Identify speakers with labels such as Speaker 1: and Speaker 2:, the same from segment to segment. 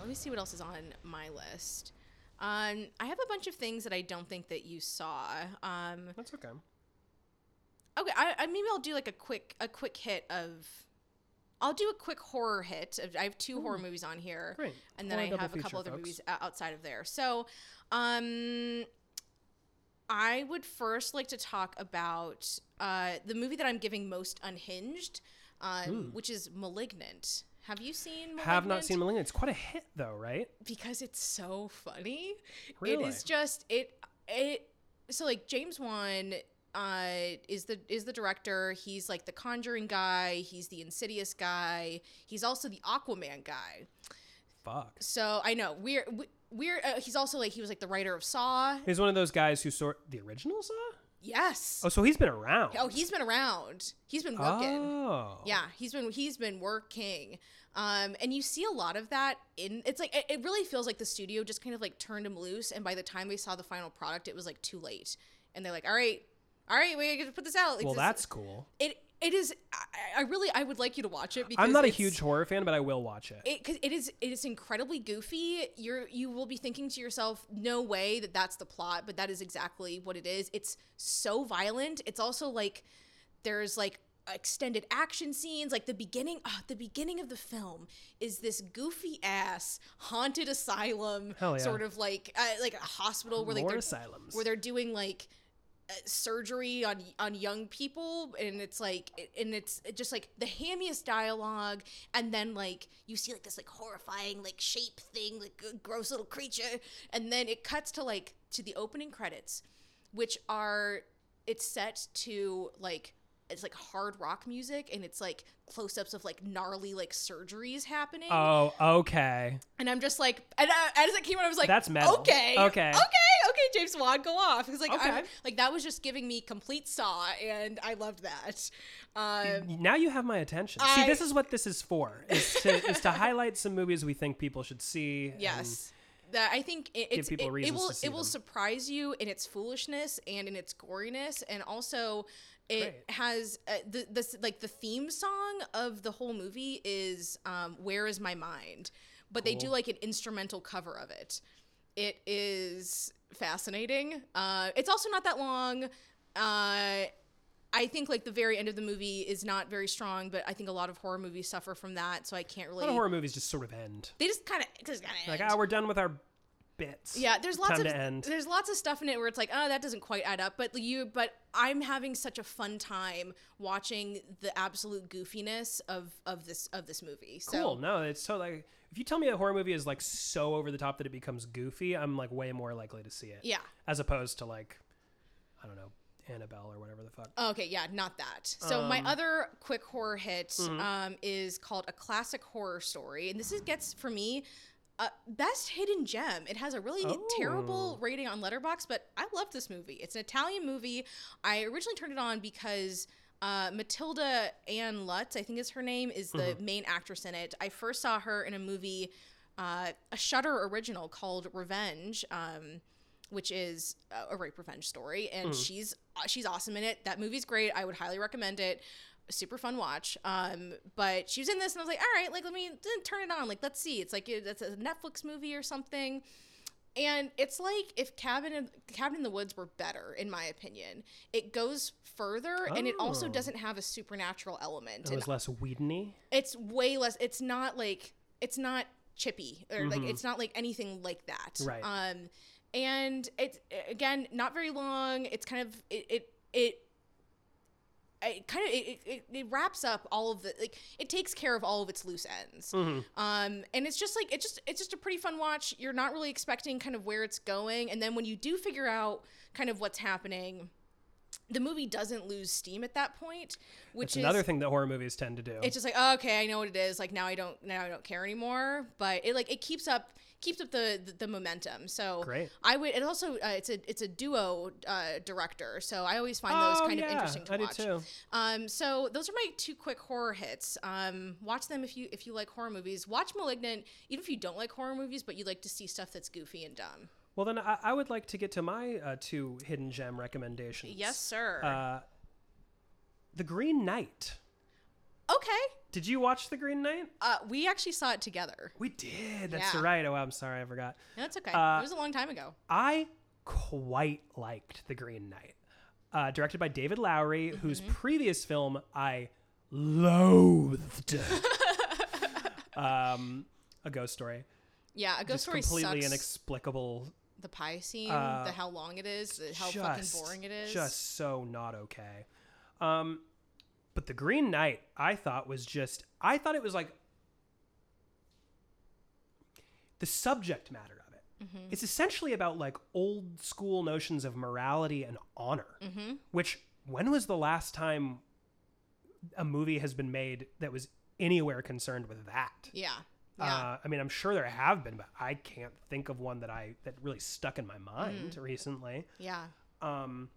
Speaker 1: let me see what else is on my list. Um, I have a bunch of things that I don't think that you saw. Um,
Speaker 2: That's okay.
Speaker 1: okay, I, I maybe I'll do like a quick a quick hit of. I'll do a quick horror hit. of- I have two horror movies on here,
Speaker 2: Great.
Speaker 1: and then
Speaker 2: Horror
Speaker 1: I
Speaker 2: double
Speaker 1: have a
Speaker 2: feature,
Speaker 1: couple other
Speaker 2: folks.
Speaker 1: movies o- outside of there. So, um, I would first like to talk about uh, the movie that I'm giving most unhinged, um, which is *Malignant*. Have you seen? Malignant?
Speaker 2: Hmm. Have not seen Malignant. It's quite a hit, though, right?
Speaker 1: because it's so funny.
Speaker 2: Really?
Speaker 1: It is just it it so like James Wan uh is the is the director. He's like the conjuring guy, he's the insidious guy, he's also the Aquaman guy.
Speaker 2: Fuck.
Speaker 1: So I know we're we- we're uh, he's also like he was like the writer of Saw.
Speaker 2: He's one of those guys who sort the original Saw.
Speaker 1: Yes.
Speaker 2: Oh, so he's been around.
Speaker 1: Oh, he's been around. He's been working.
Speaker 2: Oh.
Speaker 1: Yeah, he's been he's been working. Um, and you see a lot of that in it's like it, it really feels like the studio just kind of like turned him loose and by the time they saw the final product it was like too late. And they're like, "All right, all right, we gotta put this out." Like,
Speaker 2: Well,
Speaker 1: this-
Speaker 2: that's cool.
Speaker 1: it it is I, I really I would like you to watch it because
Speaker 2: I'm not a
Speaker 1: it's-
Speaker 2: huge horror fan, but I will watch it.
Speaker 1: it, cause it is it is incredibly goofy. You're you will be thinking to yourself, no way that that's the plot, but that is exactly what it is. It's so violent. It's also like there's like extended action scenes. Like the beginning, oh, the beginning of the film is this goofy ass haunted asylum
Speaker 2: Hell yeah.
Speaker 1: sort of like uh, like a hospital where like
Speaker 2: More
Speaker 1: they're
Speaker 2: asylums.
Speaker 1: where they're doing like uh, surgery on on young people and it's like and it's just like the hammiest dialogue and then like you see like this like horrifying like shape thing like g- gross little creature and then it cuts to like to the opening credits which are it's set to like it's like hard rock music and it's like close-ups of like gnarly like surgeries happening
Speaker 2: Oh, okay.
Speaker 1: and I'm just like, and I, as it came out, I was like,
Speaker 2: That's metal.
Speaker 1: Okay,
Speaker 2: Okay.
Speaker 1: okay, okay. James Wan, go off. Because like,
Speaker 2: Okay.
Speaker 1: I'm, like that was just giving me complete saw, and I loved that. Um,
Speaker 2: Now you have my attention. See,
Speaker 1: I-
Speaker 2: this is what this is for: is to, is to highlight some movies we think people should see. and-
Speaker 1: yes, that I think it, it's,
Speaker 2: people
Speaker 1: it- it,
Speaker 2: reasons
Speaker 1: will
Speaker 2: to see
Speaker 1: it will
Speaker 2: them.
Speaker 1: surprise you in its foolishness and in its goriness, and also it
Speaker 2: Great.
Speaker 1: has uh, the this like the theme song of the whole movie is um, "Where Is My Mind," but they do
Speaker 2: Cool.
Speaker 1: like an instrumental cover of it. It is fascinating. Uh, it's also not that long. Uh, I think like the very end of the movie is not very strong, but I think a lot of horror movies suffer from that, so I can't
Speaker 2: a
Speaker 1: really.
Speaker 2: lot of horror movies just sort of end.
Speaker 1: They just kind of just kind of
Speaker 2: Like, ah, we're done with our bits.
Speaker 1: yeah, there's lots
Speaker 2: Time
Speaker 1: of
Speaker 2: to end.
Speaker 1: there's lots of stuff in it where it's like, oh, that doesn't quite add up. But you, but I'm having such a fun time watching the absolute goofiness of of this of this movie. So
Speaker 2: Cool. No, it's so like if you tell me a horror movie is like so over the top that it becomes goofy, I'm like way more likely to see it.
Speaker 1: yeah,
Speaker 2: As opposed to like, I don't know, Annabelle or whatever the fuck.
Speaker 1: Oh, okay, yeah, not that. So my other quick horror hit um, is called a classic horror story, and this is gets for me. Uh, best hidden gem. It has a really terrible rating on Letterbox, but I love this movie. It's an Italian movie. I originally turned it on because uh, Matilda Ann Lutz, I think is her name, is the main actress in it. I first saw her in a movie, uh, a Shutter original called Revenge, um, which is a- a rape revenge story, and she's uh, she's awesome in it. That movie's great. I would highly recommend it. Super fun watch. Um, but she was in this, and I was like, all right, like let me t- turn it on. Like let's see. It's like it's a Netflix movie or something. And it's like if Cabin in, Cabin in the Woods were better, in my opinion. It goes further, and it also
Speaker 2: Oh.
Speaker 1: doesn't have a supernatural element.
Speaker 2: It
Speaker 1: And
Speaker 2: was less Whedon-y.
Speaker 1: it's way less. It's not like it's not chippy or like it's not like anything like that.
Speaker 2: Mm-hmm. Right.
Speaker 1: Um, and it's again not very long. It's kind of it it. it it kind of it, it, it wraps up all of the like it takes care of all of its loose ends
Speaker 2: Mm-hmm.
Speaker 1: um and it's just like it's just it's just a pretty fun watch you're not really expecting kind of where it's going and then when you do figure out kind of what's happening the movie doesn't lose steam at that point which
Speaker 2: It's
Speaker 1: is
Speaker 2: another thing that horror movies tend to do.
Speaker 1: it's just like oh, okay i know what it is like now i don't now i don't care anymore but it like it keeps up keeps up the the, the momentum so
Speaker 2: Great.
Speaker 1: i would it also uh, it's a it's a duo uh, director so i always find
Speaker 2: oh,
Speaker 1: those kind
Speaker 2: yeah,
Speaker 1: of interesting to
Speaker 2: I
Speaker 1: watch
Speaker 2: do too.
Speaker 1: um so those are my two quick horror hits um watch them if you if you like horror movies watch malignant even if you don't like horror movies but you like to see stuff that's goofy and dumb
Speaker 2: Well, then I, I would like to get to my uh, two hidden gem Uh, recommendations.
Speaker 1: yes sir
Speaker 2: Uh, the Green Knight.
Speaker 1: okay
Speaker 2: Did you watch The Green Knight?
Speaker 1: Uh, we actually saw it together.
Speaker 2: We did. That's
Speaker 1: Yeah.
Speaker 2: right. Oh, I'm sorry. I forgot.
Speaker 1: No, it's okay.
Speaker 2: Uh,
Speaker 1: it was a long time ago.
Speaker 2: I quite liked The Green Knight, uh, directed by David Lowery, whose
Speaker 1: Mm-hmm.
Speaker 2: previous film I loathed. um, a ghost story.
Speaker 1: Yeah, a ghost
Speaker 2: Just
Speaker 1: story
Speaker 2: completely
Speaker 1: sucks.
Speaker 2: inexplicable.
Speaker 1: the pie scene,
Speaker 2: uh,
Speaker 1: the how long it is, the how fucking
Speaker 2: just-
Speaker 1: boring it is.
Speaker 2: Just so not okay. Um, but The Green Knight, I thought was just. I thought it was like the subject matter of it.
Speaker 1: Mm-hmm.
Speaker 2: It's essentially about like old school notions of morality and honor.
Speaker 1: hmm
Speaker 2: Which when was the last time a movie has been made that was anywhere concerned with that?
Speaker 1: Yeah. Yeah.
Speaker 2: Uh, I mean, I'm sure there have been, but I can't think of one that I that really stuck in my mind
Speaker 1: Mm.
Speaker 2: recently.
Speaker 1: yeah.
Speaker 2: Um,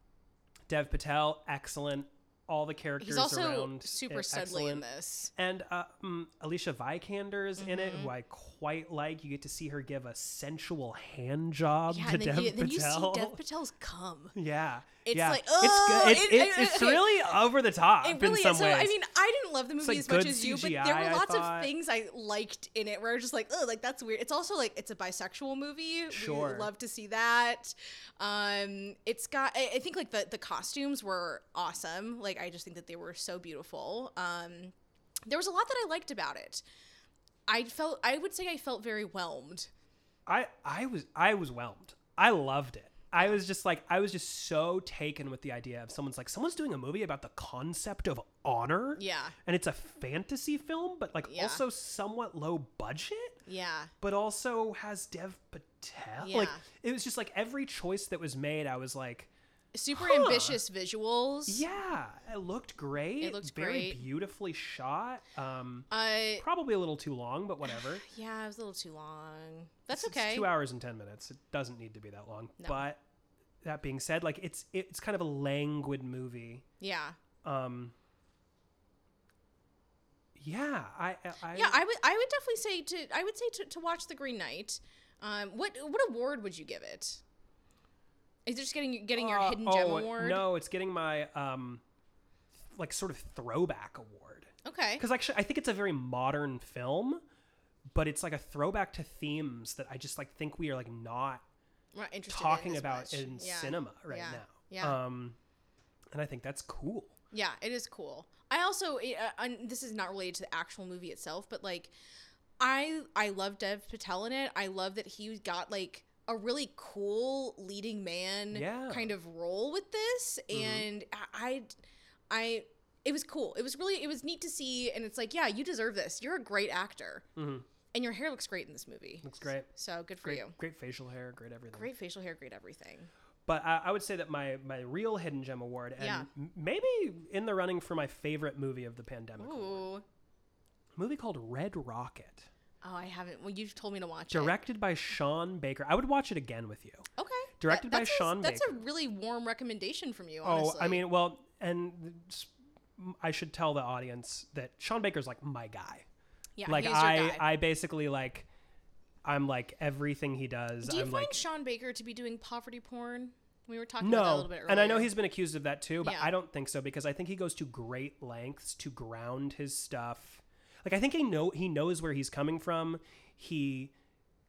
Speaker 2: Dev Patel, excellent. All the characters
Speaker 1: He's also
Speaker 2: around
Speaker 1: super
Speaker 2: it,
Speaker 1: studly in
Speaker 2: excellent.
Speaker 1: this.
Speaker 2: And uh, um, Alicia Vikander is in it,
Speaker 1: Mm-hmm.
Speaker 2: who I quite like. You get to see her give a sensual hand job
Speaker 1: Yeah,
Speaker 2: to
Speaker 1: and then,
Speaker 2: Dev
Speaker 1: you, then you see
Speaker 2: Patel.
Speaker 1: Dev Patel's cum.
Speaker 2: Yeah.
Speaker 1: It's
Speaker 2: yeah.
Speaker 1: like,
Speaker 2: it's
Speaker 1: "Ugh,"
Speaker 2: good. It's,
Speaker 1: it-
Speaker 2: it's,
Speaker 1: it-
Speaker 2: it's
Speaker 1: okay.
Speaker 2: really over the top
Speaker 1: It really
Speaker 2: in some
Speaker 1: is. So,
Speaker 2: ways.
Speaker 1: I mean, I didn't love the movie
Speaker 2: like,
Speaker 1: as much
Speaker 2: good
Speaker 1: as you, but there
Speaker 2: CGI,
Speaker 1: were
Speaker 2: I
Speaker 1: lots
Speaker 2: thought.
Speaker 1: of things I liked in it where I was just like, oh, like that's weird. It's also like it's a bisexual movie.
Speaker 2: Sure.
Speaker 1: We love to see that. Um, it's got. I, I think like the the costumes were awesome. Like I just think that they were so beautiful. Um, there was a lot that I liked about it. I felt. I would say I felt very whelmed.
Speaker 2: I I was I was whelmed. I loved it. I was just like I was just so taken with the idea of someone's like someone's doing a movie about the concept of honor.
Speaker 1: Yeah.
Speaker 2: And it's a fantasy film, but like
Speaker 1: Yeah.
Speaker 2: also somewhat low budget,
Speaker 1: Yeah.
Speaker 2: but also has Dev Patel. Like
Speaker 1: Yeah.
Speaker 2: it was just like every choice that was made, I was like,
Speaker 1: Super
Speaker 2: Huh.
Speaker 1: ambitious visuals.
Speaker 2: yeah, it looked great.
Speaker 1: It looked
Speaker 2: very
Speaker 1: great.
Speaker 2: beautifully shot. Um,
Speaker 1: Uh,
Speaker 2: probably a little too long, but whatever.
Speaker 1: Yeah, it was a little too long. That's
Speaker 2: It's-
Speaker 1: okay.
Speaker 2: It's two hours and ten minutes. It doesn't need to be that long.
Speaker 1: No.
Speaker 2: But that being said, like it's it's kind of a languid movie.
Speaker 1: Yeah.
Speaker 2: Um. Yeah, I, I, I
Speaker 1: Yeah, I would I would definitely say to I would say to, to watch The Green Knight. Um what what award would you give it? Is it just getting getting your
Speaker 2: uh,
Speaker 1: hidden gem
Speaker 2: oh,
Speaker 1: award?
Speaker 2: No, it's getting my um, like sort of throwback award
Speaker 1: Okay.
Speaker 2: because actually I think it's a very modern film, but it's like a throwback to themes that I just like think we are like not
Speaker 1: I'm not interested in it
Speaker 2: talking
Speaker 1: as
Speaker 2: about
Speaker 1: much.
Speaker 2: in
Speaker 1: Yeah.
Speaker 2: cinema right
Speaker 1: Yeah.
Speaker 2: now.
Speaker 1: Yeah.
Speaker 2: Um, and I think that's cool.
Speaker 1: Yeah, it is cool. I also eh, uh, un- this is not related to the actual movie itself, but like I I love Dev Patel in it. I love that he got like a really cool leading man
Speaker 2: Yeah.
Speaker 1: kind of role with this
Speaker 2: Mhm.
Speaker 1: and I I it was cool. It was really it was neat to see and it's like, yeah, you deserve this. You're a great actor
Speaker 2: Mm-hmm.
Speaker 1: and your hair looks great in this movie.
Speaker 2: Looks great.
Speaker 1: So good for
Speaker 2: great,
Speaker 1: you.
Speaker 2: great facial hair, great everything.
Speaker 1: Great facial hair, great everything.
Speaker 2: But I, I would say that my my real hidden gem award, and
Speaker 1: Yeah.
Speaker 2: m- maybe in the running for my favorite movie of the pandemic,
Speaker 1: Ooh.
Speaker 2: award, a movie called Red Rocket,
Speaker 1: Oh, I haven't. Well, you told me to watch it.
Speaker 2: directed by Sean Baker. I would watch it again with you.
Speaker 1: Okay.
Speaker 2: Directed by
Speaker 1: that's a-
Speaker 2: Sean
Speaker 1: That's
Speaker 2: Baker.
Speaker 1: a really warm recommendation from you. Honestly.
Speaker 2: Oh, I mean, well, and s- m- I should tell the audience that Sean Baker's like my guy.
Speaker 1: yeah,
Speaker 2: like
Speaker 1: he's
Speaker 2: I,
Speaker 1: your guy.
Speaker 2: I basically like, I'm like everything he does.
Speaker 1: Do you
Speaker 2: I'm
Speaker 1: find
Speaker 2: like,
Speaker 1: Sean Baker to be doing poverty porn? We were talking about that a
Speaker 2: No,
Speaker 1: little bit earlier.
Speaker 2: and I know he's been accused of that too, but
Speaker 1: Yeah.
Speaker 2: I don't think so because I think he goes to great lengths to ground his stuff. Like I think he know he knows where he's coming from. He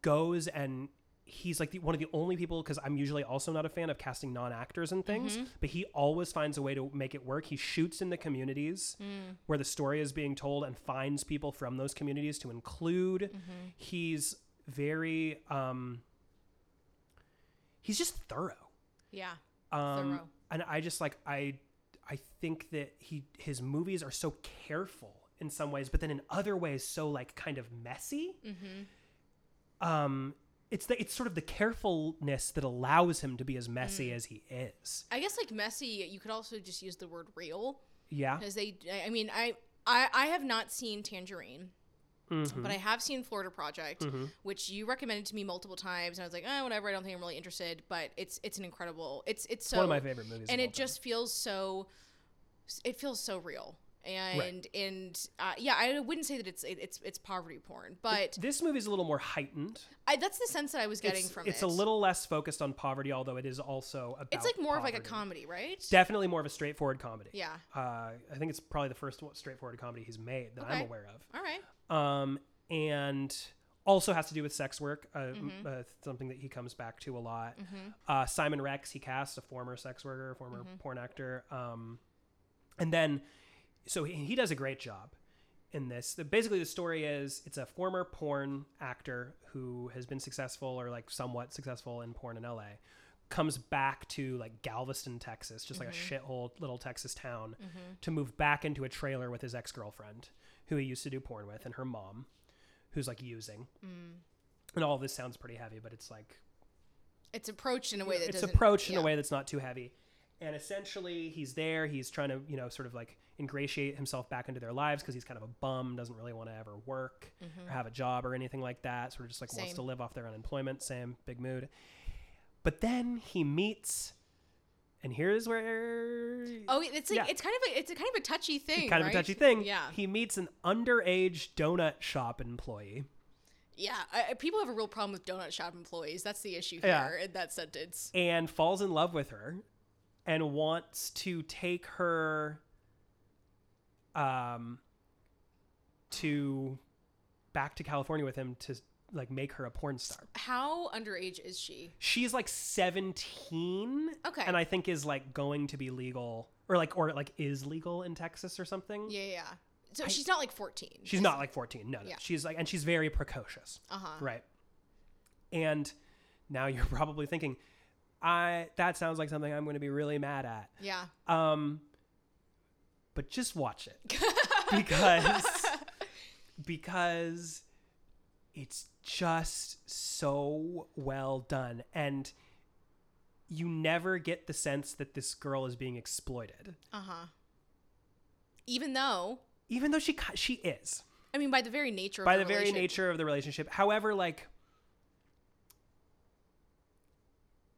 Speaker 2: goes and he's like the, one of the only people because I'm usually also not a fan of casting non actors and things,
Speaker 1: Mm-hmm.
Speaker 2: but he always finds a way to make it work. He shoots in the communities
Speaker 1: Mm.
Speaker 2: where the story is being told and finds people from those communities to include.
Speaker 1: Mm-hmm.
Speaker 2: He's very um, he's just thorough
Speaker 1: Yeah.
Speaker 2: um,
Speaker 1: Thorough.
Speaker 2: and I just like I I think that he his movies are so careful in some ways, but then in other ways so like kind of messy.
Speaker 1: Mm-hmm.
Speaker 2: Um, it's the it's sort of the carefulness that allows him to be as messy
Speaker 1: Mm.
Speaker 2: as he is.
Speaker 1: I guess like messy. You could also just use the word real
Speaker 2: Yeah,
Speaker 1: because they. I- I mean, I, I I have not seen Tangerine,
Speaker 2: Mhm.
Speaker 1: but I have seen Florida Project,
Speaker 2: Mhm.
Speaker 1: which you recommended to me multiple times, and I was like, oh, whatever. I don't think I'm really interested, but it's it's an incredible. It's it's so
Speaker 2: one of my favorite movies. of
Speaker 1: and
Speaker 2: all
Speaker 1: it just feels so it feels so real and and uh, yeah, I wouldn't say that it's it, it's it's poverty porn, but
Speaker 2: This movie's a little more heightened.
Speaker 1: I, that's the sense that I was getting
Speaker 2: it's,
Speaker 1: from
Speaker 2: it's
Speaker 1: it.
Speaker 2: a little less focused on poverty, although it is also about.
Speaker 1: It's like more of like a
Speaker 2: poverty.
Speaker 1: comedy, right?
Speaker 2: Definitely more of a straightforward comedy.
Speaker 1: yeah.
Speaker 2: Uh, I think it's probably the first one- straightforward comedy he's made that I'm
Speaker 1: Okay.
Speaker 2: aware of.
Speaker 1: All right.
Speaker 2: um, and also has to do with sex work, uh, m- uh, something that he comes back to a lot. Uh, Simon Rex, he cast a former sex worker, a former porn actor, um, and then so he, he does a great job in this. The, basically, the story is it's a former porn actor who has been successful or like somewhat successful in porn in L.A. Comes back to like Galveston, Texas, just like a shithole little Texas town, to move back into a trailer with his ex girlfriend, who he used to do porn with, and her mom, who's like using. And all this sounds pretty heavy, but it's like
Speaker 1: It's approached in a way that
Speaker 2: it's
Speaker 1: doesn't-
Speaker 2: approached in
Speaker 1: yeah.
Speaker 2: a way that's not too heavy. And essentially, he's there. He's trying to, you know, sort of like ingratiate himself back into their lives because he's kind of a bum, doesn't really want to ever work or have a job or anything like that. Sort of just like wants
Speaker 1: Mm-hmm. Same.
Speaker 2: to live off their unemployment. Same big mood. But then he meets, and here's where
Speaker 1: Oh, it's like
Speaker 2: Yeah.
Speaker 1: it's kind of a it's a kind of a touchy thing.
Speaker 2: kind
Speaker 1: right?
Speaker 2: of a touchy thing.
Speaker 1: Yeah.
Speaker 2: he meets an underage donut shop employee.
Speaker 1: Yeah, I, I- people have a real problem with donut shop employees. That's the issue
Speaker 2: Yeah.
Speaker 1: here in that sentence.
Speaker 2: and falls in love with her and wants to take her um to back to California with him to like make her a porn star.
Speaker 1: How underage is she?
Speaker 2: She's like 17
Speaker 1: Okay.
Speaker 2: and I think is like going to be legal or like or like is legal in Texas or something.
Speaker 1: Yeah, yeah. yeah. So she's not like fourteen.
Speaker 2: Mm. She's not like 14. No, no.
Speaker 1: Yeah.
Speaker 2: She's like and she's very precocious.
Speaker 1: Uh huh.
Speaker 2: Right. And now you're probably thinking I that sounds like something I'm going to be really mad at.
Speaker 1: Yeah.
Speaker 2: Um, but just watch it because because it's just so well done, and you never get the sense that this girl is being exploited,
Speaker 1: Uh huh. Even though,
Speaker 2: even though she ki- she is
Speaker 1: I mean, by the very nature of
Speaker 2: by
Speaker 1: her
Speaker 2: the very
Speaker 1: relation-
Speaker 2: nature of the relationship. However, like.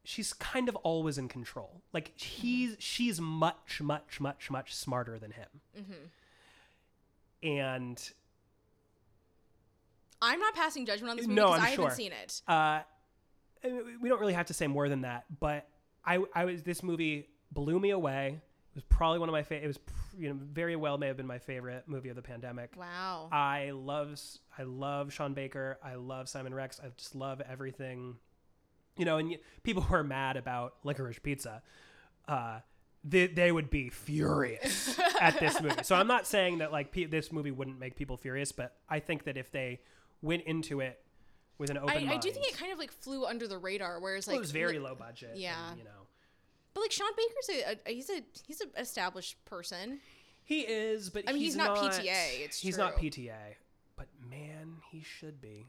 Speaker 2: She's kind of always in control. Like he's she's much, much, much, much smarter than him. and
Speaker 1: I'm not passing judgment on this movie
Speaker 2: No,
Speaker 1: because
Speaker 2: I'm
Speaker 1: I haven't
Speaker 2: sure.
Speaker 1: seen it.
Speaker 2: uh, we don't really have to say more than that. But I, I was this movie blew me away. It was probably one of my favorite. It was pr- you know very well may have been my favorite movie of the pandemic.
Speaker 1: Wow.
Speaker 2: I love I love Sean Baker. I love Simon Rex. I just love everything. You know, and y- people were mad about Licorice Pizza. Uh, they, they would be furious at this movie. So I'm not saying that like pe- this movie wouldn't make people furious, but I think that if they went into it with an open
Speaker 1: I,
Speaker 2: mind,
Speaker 1: I do think it kind of like flew under the radar, whereas like
Speaker 2: it was very
Speaker 1: li-
Speaker 2: low budget. and,
Speaker 1: Yeah.
Speaker 2: you know,
Speaker 1: But like Sean Baker's a, a he's a he's an established person.
Speaker 2: he is, but
Speaker 1: I mean, he's not PTA, it's
Speaker 2: he's not
Speaker 1: true.
Speaker 2: PTA, but man, he should be.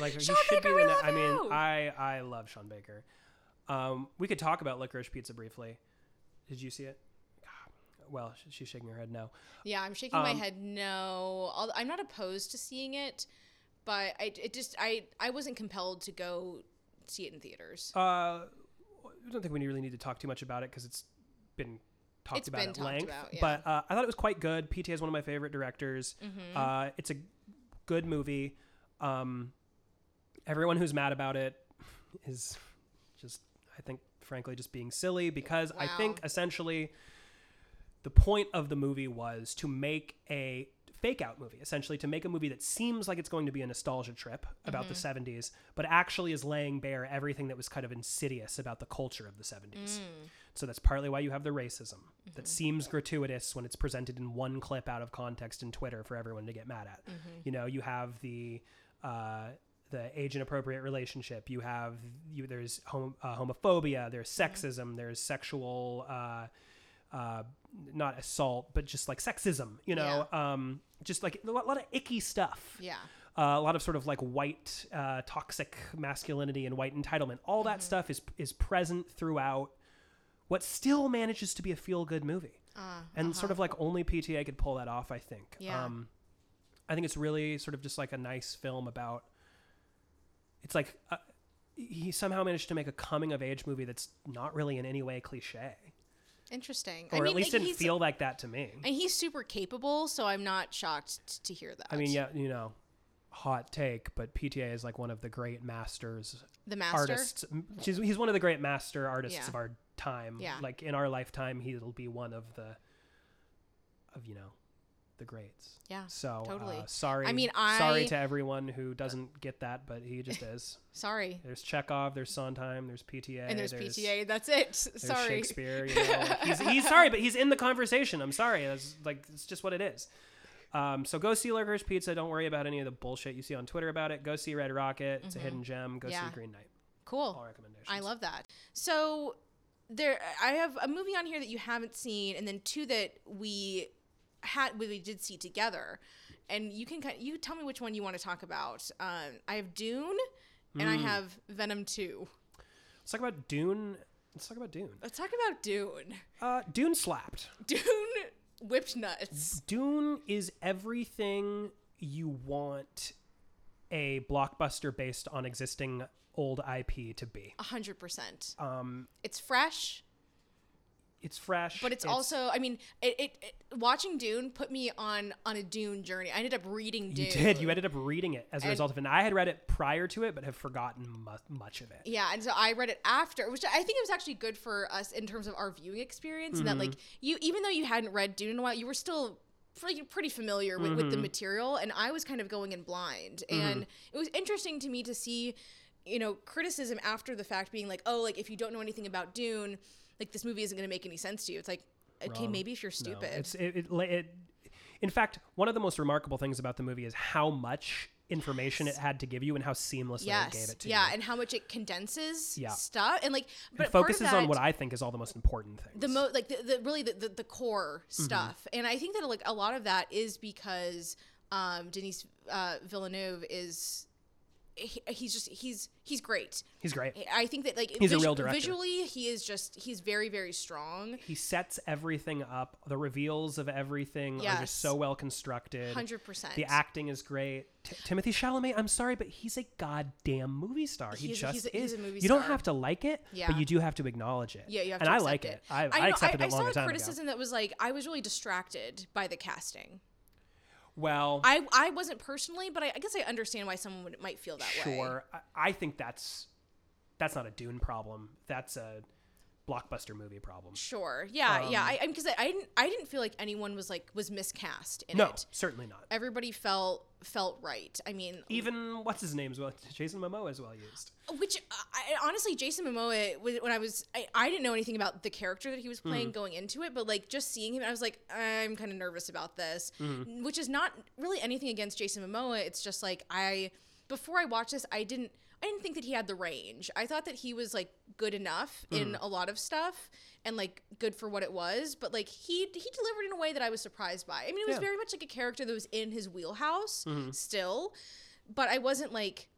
Speaker 2: Like he
Speaker 1: Sean
Speaker 2: should
Speaker 1: Baker,
Speaker 2: be.
Speaker 1: we
Speaker 2: the ne-
Speaker 1: love
Speaker 2: I mean,
Speaker 1: you!
Speaker 2: I I love Sean Baker. Um, we could talk about Licorice Pizza briefly. Did you see it? God. Well, sh- she's shaking her head no.
Speaker 1: Yeah, I'm shaking my
Speaker 2: Um,
Speaker 1: head no. Al- I'm not opposed to seeing it, but I it just I I wasn't compelled to go see it in theaters.
Speaker 2: Uh, I don't think we really need to talk too much about it because it's been talked
Speaker 1: It's
Speaker 2: about
Speaker 1: been
Speaker 2: at
Speaker 1: talked
Speaker 2: length.
Speaker 1: about, yeah. Mm-hmm.
Speaker 2: But uh, I thought it was quite good. PTA is one of my favorite directors. Uh, it's a good movie. Um, everyone who's mad about it is just, I think, frankly, just being silly because I
Speaker 1: Wow.
Speaker 2: think essentially the point of the movie was to make a fake out movie essentially to make a movie that seems like it's going to be a nostalgia trip about the 70s but actually is laying bare everything that was kind of insidious about the culture of the 70s so that's partly why you have the racism that seems gratuitous when it's presented in one clip out of context in twitter for everyone to get mad at you know you have the uh the age inappropriate relationship you have you there's hom- uh, homophobia there's sexism there's sexual uh uh, not assault, but just like sexism, you know, um, just like a lot, lot of icky stuff,
Speaker 1: yeah.
Speaker 2: uh, a lot of sort of like white uh, toxic masculinity and white entitlement. All
Speaker 1: Mm-hmm.
Speaker 2: that stuff is is present throughout what still manages to be a feel good movie,
Speaker 1: Uh,
Speaker 2: and sort of like only PTA could pull that off. I think.
Speaker 1: Yeah.
Speaker 2: Um, I think it's really sort of just like a nice film about. It's like. Uh, he somehow managed to make a coming of age movie that's not really in any way cliche.
Speaker 1: Interesting.
Speaker 2: or
Speaker 1: I mean,
Speaker 2: at least
Speaker 1: like,
Speaker 2: didn't
Speaker 1: he's,
Speaker 2: feel like that to me.
Speaker 1: And he's super capable, so I'm not shocked t- to hear that.
Speaker 2: I mean, yeah, you know, hot take, but PTA is like one of the great masters
Speaker 1: the master.
Speaker 2: artists. m- She's, he's one of the great master artists
Speaker 1: Yeah.
Speaker 2: of our time.
Speaker 1: Yeah.
Speaker 2: Like in our lifetime, he'll be one of the, of you know, the greats.
Speaker 1: Yeah,
Speaker 2: So uh,
Speaker 1: totally.
Speaker 2: sorry.
Speaker 1: I mean,
Speaker 2: sorry
Speaker 1: I-
Speaker 2: to everyone who doesn't get that, but he just is.
Speaker 1: Sorry.
Speaker 2: There's Chekhov. There's Sondheim. There's PTA.
Speaker 1: And there's, PTA. That's it. S-
Speaker 2: There's
Speaker 1: Sorry.
Speaker 2: Shakespeare. You know, like, he's, he's sorry, but he's in the conversation. I'm sorry. That's like it's just what it is. Um, so go see Lurkers Pizza. Don't worry about any of the bullshit you see on Twitter about it. Go see Red Rocket. It's a hidden gem. Go
Speaker 1: Mm-hmm. Yeah.
Speaker 2: see Green Knight.
Speaker 1: Cool.
Speaker 2: All recommendations.
Speaker 1: I love that. So there, I have a movie on here that you haven't seen, and then two that we had we did see together. And you can kind you tell me which one you want to talk about. Um, I have Dune, and
Speaker 2: Hmm.
Speaker 1: I have Venom Two.
Speaker 2: Let's talk about Dune. Let's talk about Dune.
Speaker 1: Let's talk about Dune.
Speaker 2: Uh, Dune slapped.
Speaker 1: Dune whipped
Speaker 2: Mm.
Speaker 1: nuts.
Speaker 2: Dune is everything you want a blockbuster based on existing old IP to be.
Speaker 1: A hundred percent.
Speaker 2: Um,
Speaker 1: It's fresh.
Speaker 2: it's fresh,
Speaker 1: But it's, also, I mean, it, it, it watching Dune put me on on a Dune journey. I ended up reading Dune.
Speaker 2: You did. You ended up reading it as a
Speaker 1: And-
Speaker 2: result of it. And I had read it prior to it, but have forgotten mu- much of it.
Speaker 1: Yeah, and so I read it after, which I think it was actually good for us in terms of our viewing experience.
Speaker 2: Mm-hmm.
Speaker 1: And that, like, you even though you hadn't read Dune in a while, you were still pretty, pretty familiar with,
Speaker 2: Mm-hmm.
Speaker 1: with the material, and I was kind of going in blind. And it was interesting to me to see, you know, criticism after the fact being like, oh, like if you don't know anything about Dune, like this movie isn't going to make any sense to you. It's like, okay,
Speaker 2: Wrong.
Speaker 1: maybe if you're
Speaker 2: No,
Speaker 1: stupid,
Speaker 2: it's it, it, it. In fact, one of the most remarkable things about the movie is how much information it had to give you and how seamlessly it gave it to
Speaker 1: yeah,
Speaker 2: you.
Speaker 1: and how much it condenses
Speaker 2: Yeah.
Speaker 1: stuff and like but
Speaker 2: it focuses
Speaker 1: part of that,
Speaker 2: on what I think is all the most important things.
Speaker 1: the mo like the, the really the, the, the core
Speaker 2: Mm-hmm.
Speaker 1: stuff and i think that like a lot of that is because um denise uh villeneuve is he, he's just he's he's great
Speaker 2: He's great.
Speaker 1: i think that like
Speaker 2: He's a real director.
Speaker 1: visually he is just he's very very strong
Speaker 2: He sets everything up. The reveals of everything are
Speaker 1: Yes.
Speaker 2: just so well constructed.
Speaker 1: 100%
Speaker 2: The acting is great. T- Timothy Chalamet, I'm sorry, but he's a goddamn movie star. He
Speaker 1: He's a-
Speaker 2: just
Speaker 1: he's a-
Speaker 2: is.
Speaker 1: he's a movie
Speaker 2: you don't
Speaker 1: star.
Speaker 2: have to like it,
Speaker 1: Yeah.
Speaker 2: but you do have to acknowledge it.
Speaker 1: yeah, you have
Speaker 2: and
Speaker 1: to
Speaker 2: I
Speaker 1: accept
Speaker 2: like it.
Speaker 1: it.
Speaker 2: I,
Speaker 1: know,
Speaker 2: I accepted it a
Speaker 1: I
Speaker 2: long
Speaker 1: saw a
Speaker 2: time ago.
Speaker 1: criticism that was like, I was really distracted by the casting.
Speaker 2: Well,
Speaker 1: I, I wasn't personally, but I, I guess I understand why someone would, might feel that way.
Speaker 2: sure. I, I think that's that's not a Dune problem. That's a blockbuster movie problem.
Speaker 1: Sure. Yeah. yeah.
Speaker 2: Um,
Speaker 1: I because I, I didn't I didn't feel like anyone was like was miscast in
Speaker 2: No,
Speaker 1: it.
Speaker 2: certainly not.
Speaker 1: Everybody felt felt right. I mean,
Speaker 2: Even what's his name as well? Jason Momoa is well used.
Speaker 1: which uh, I, I- honestly, Jason Momoa when when I was I, I didn't know anything about the character that he was playing going into it, but like just seeing him, I was like, I'm kind of nervous about this, which is not really anything against Jason Momoa. It's just like I before I watched this, I didn't. I didn't think that he had the range. I thought that he was like good enough in a lot of stuff and like good for what it was, but like he he delivered in a way that I was surprised by. I mean, it was
Speaker 2: Yeah.
Speaker 1: very much like a character that was in his wheelhouse still, but I wasn't like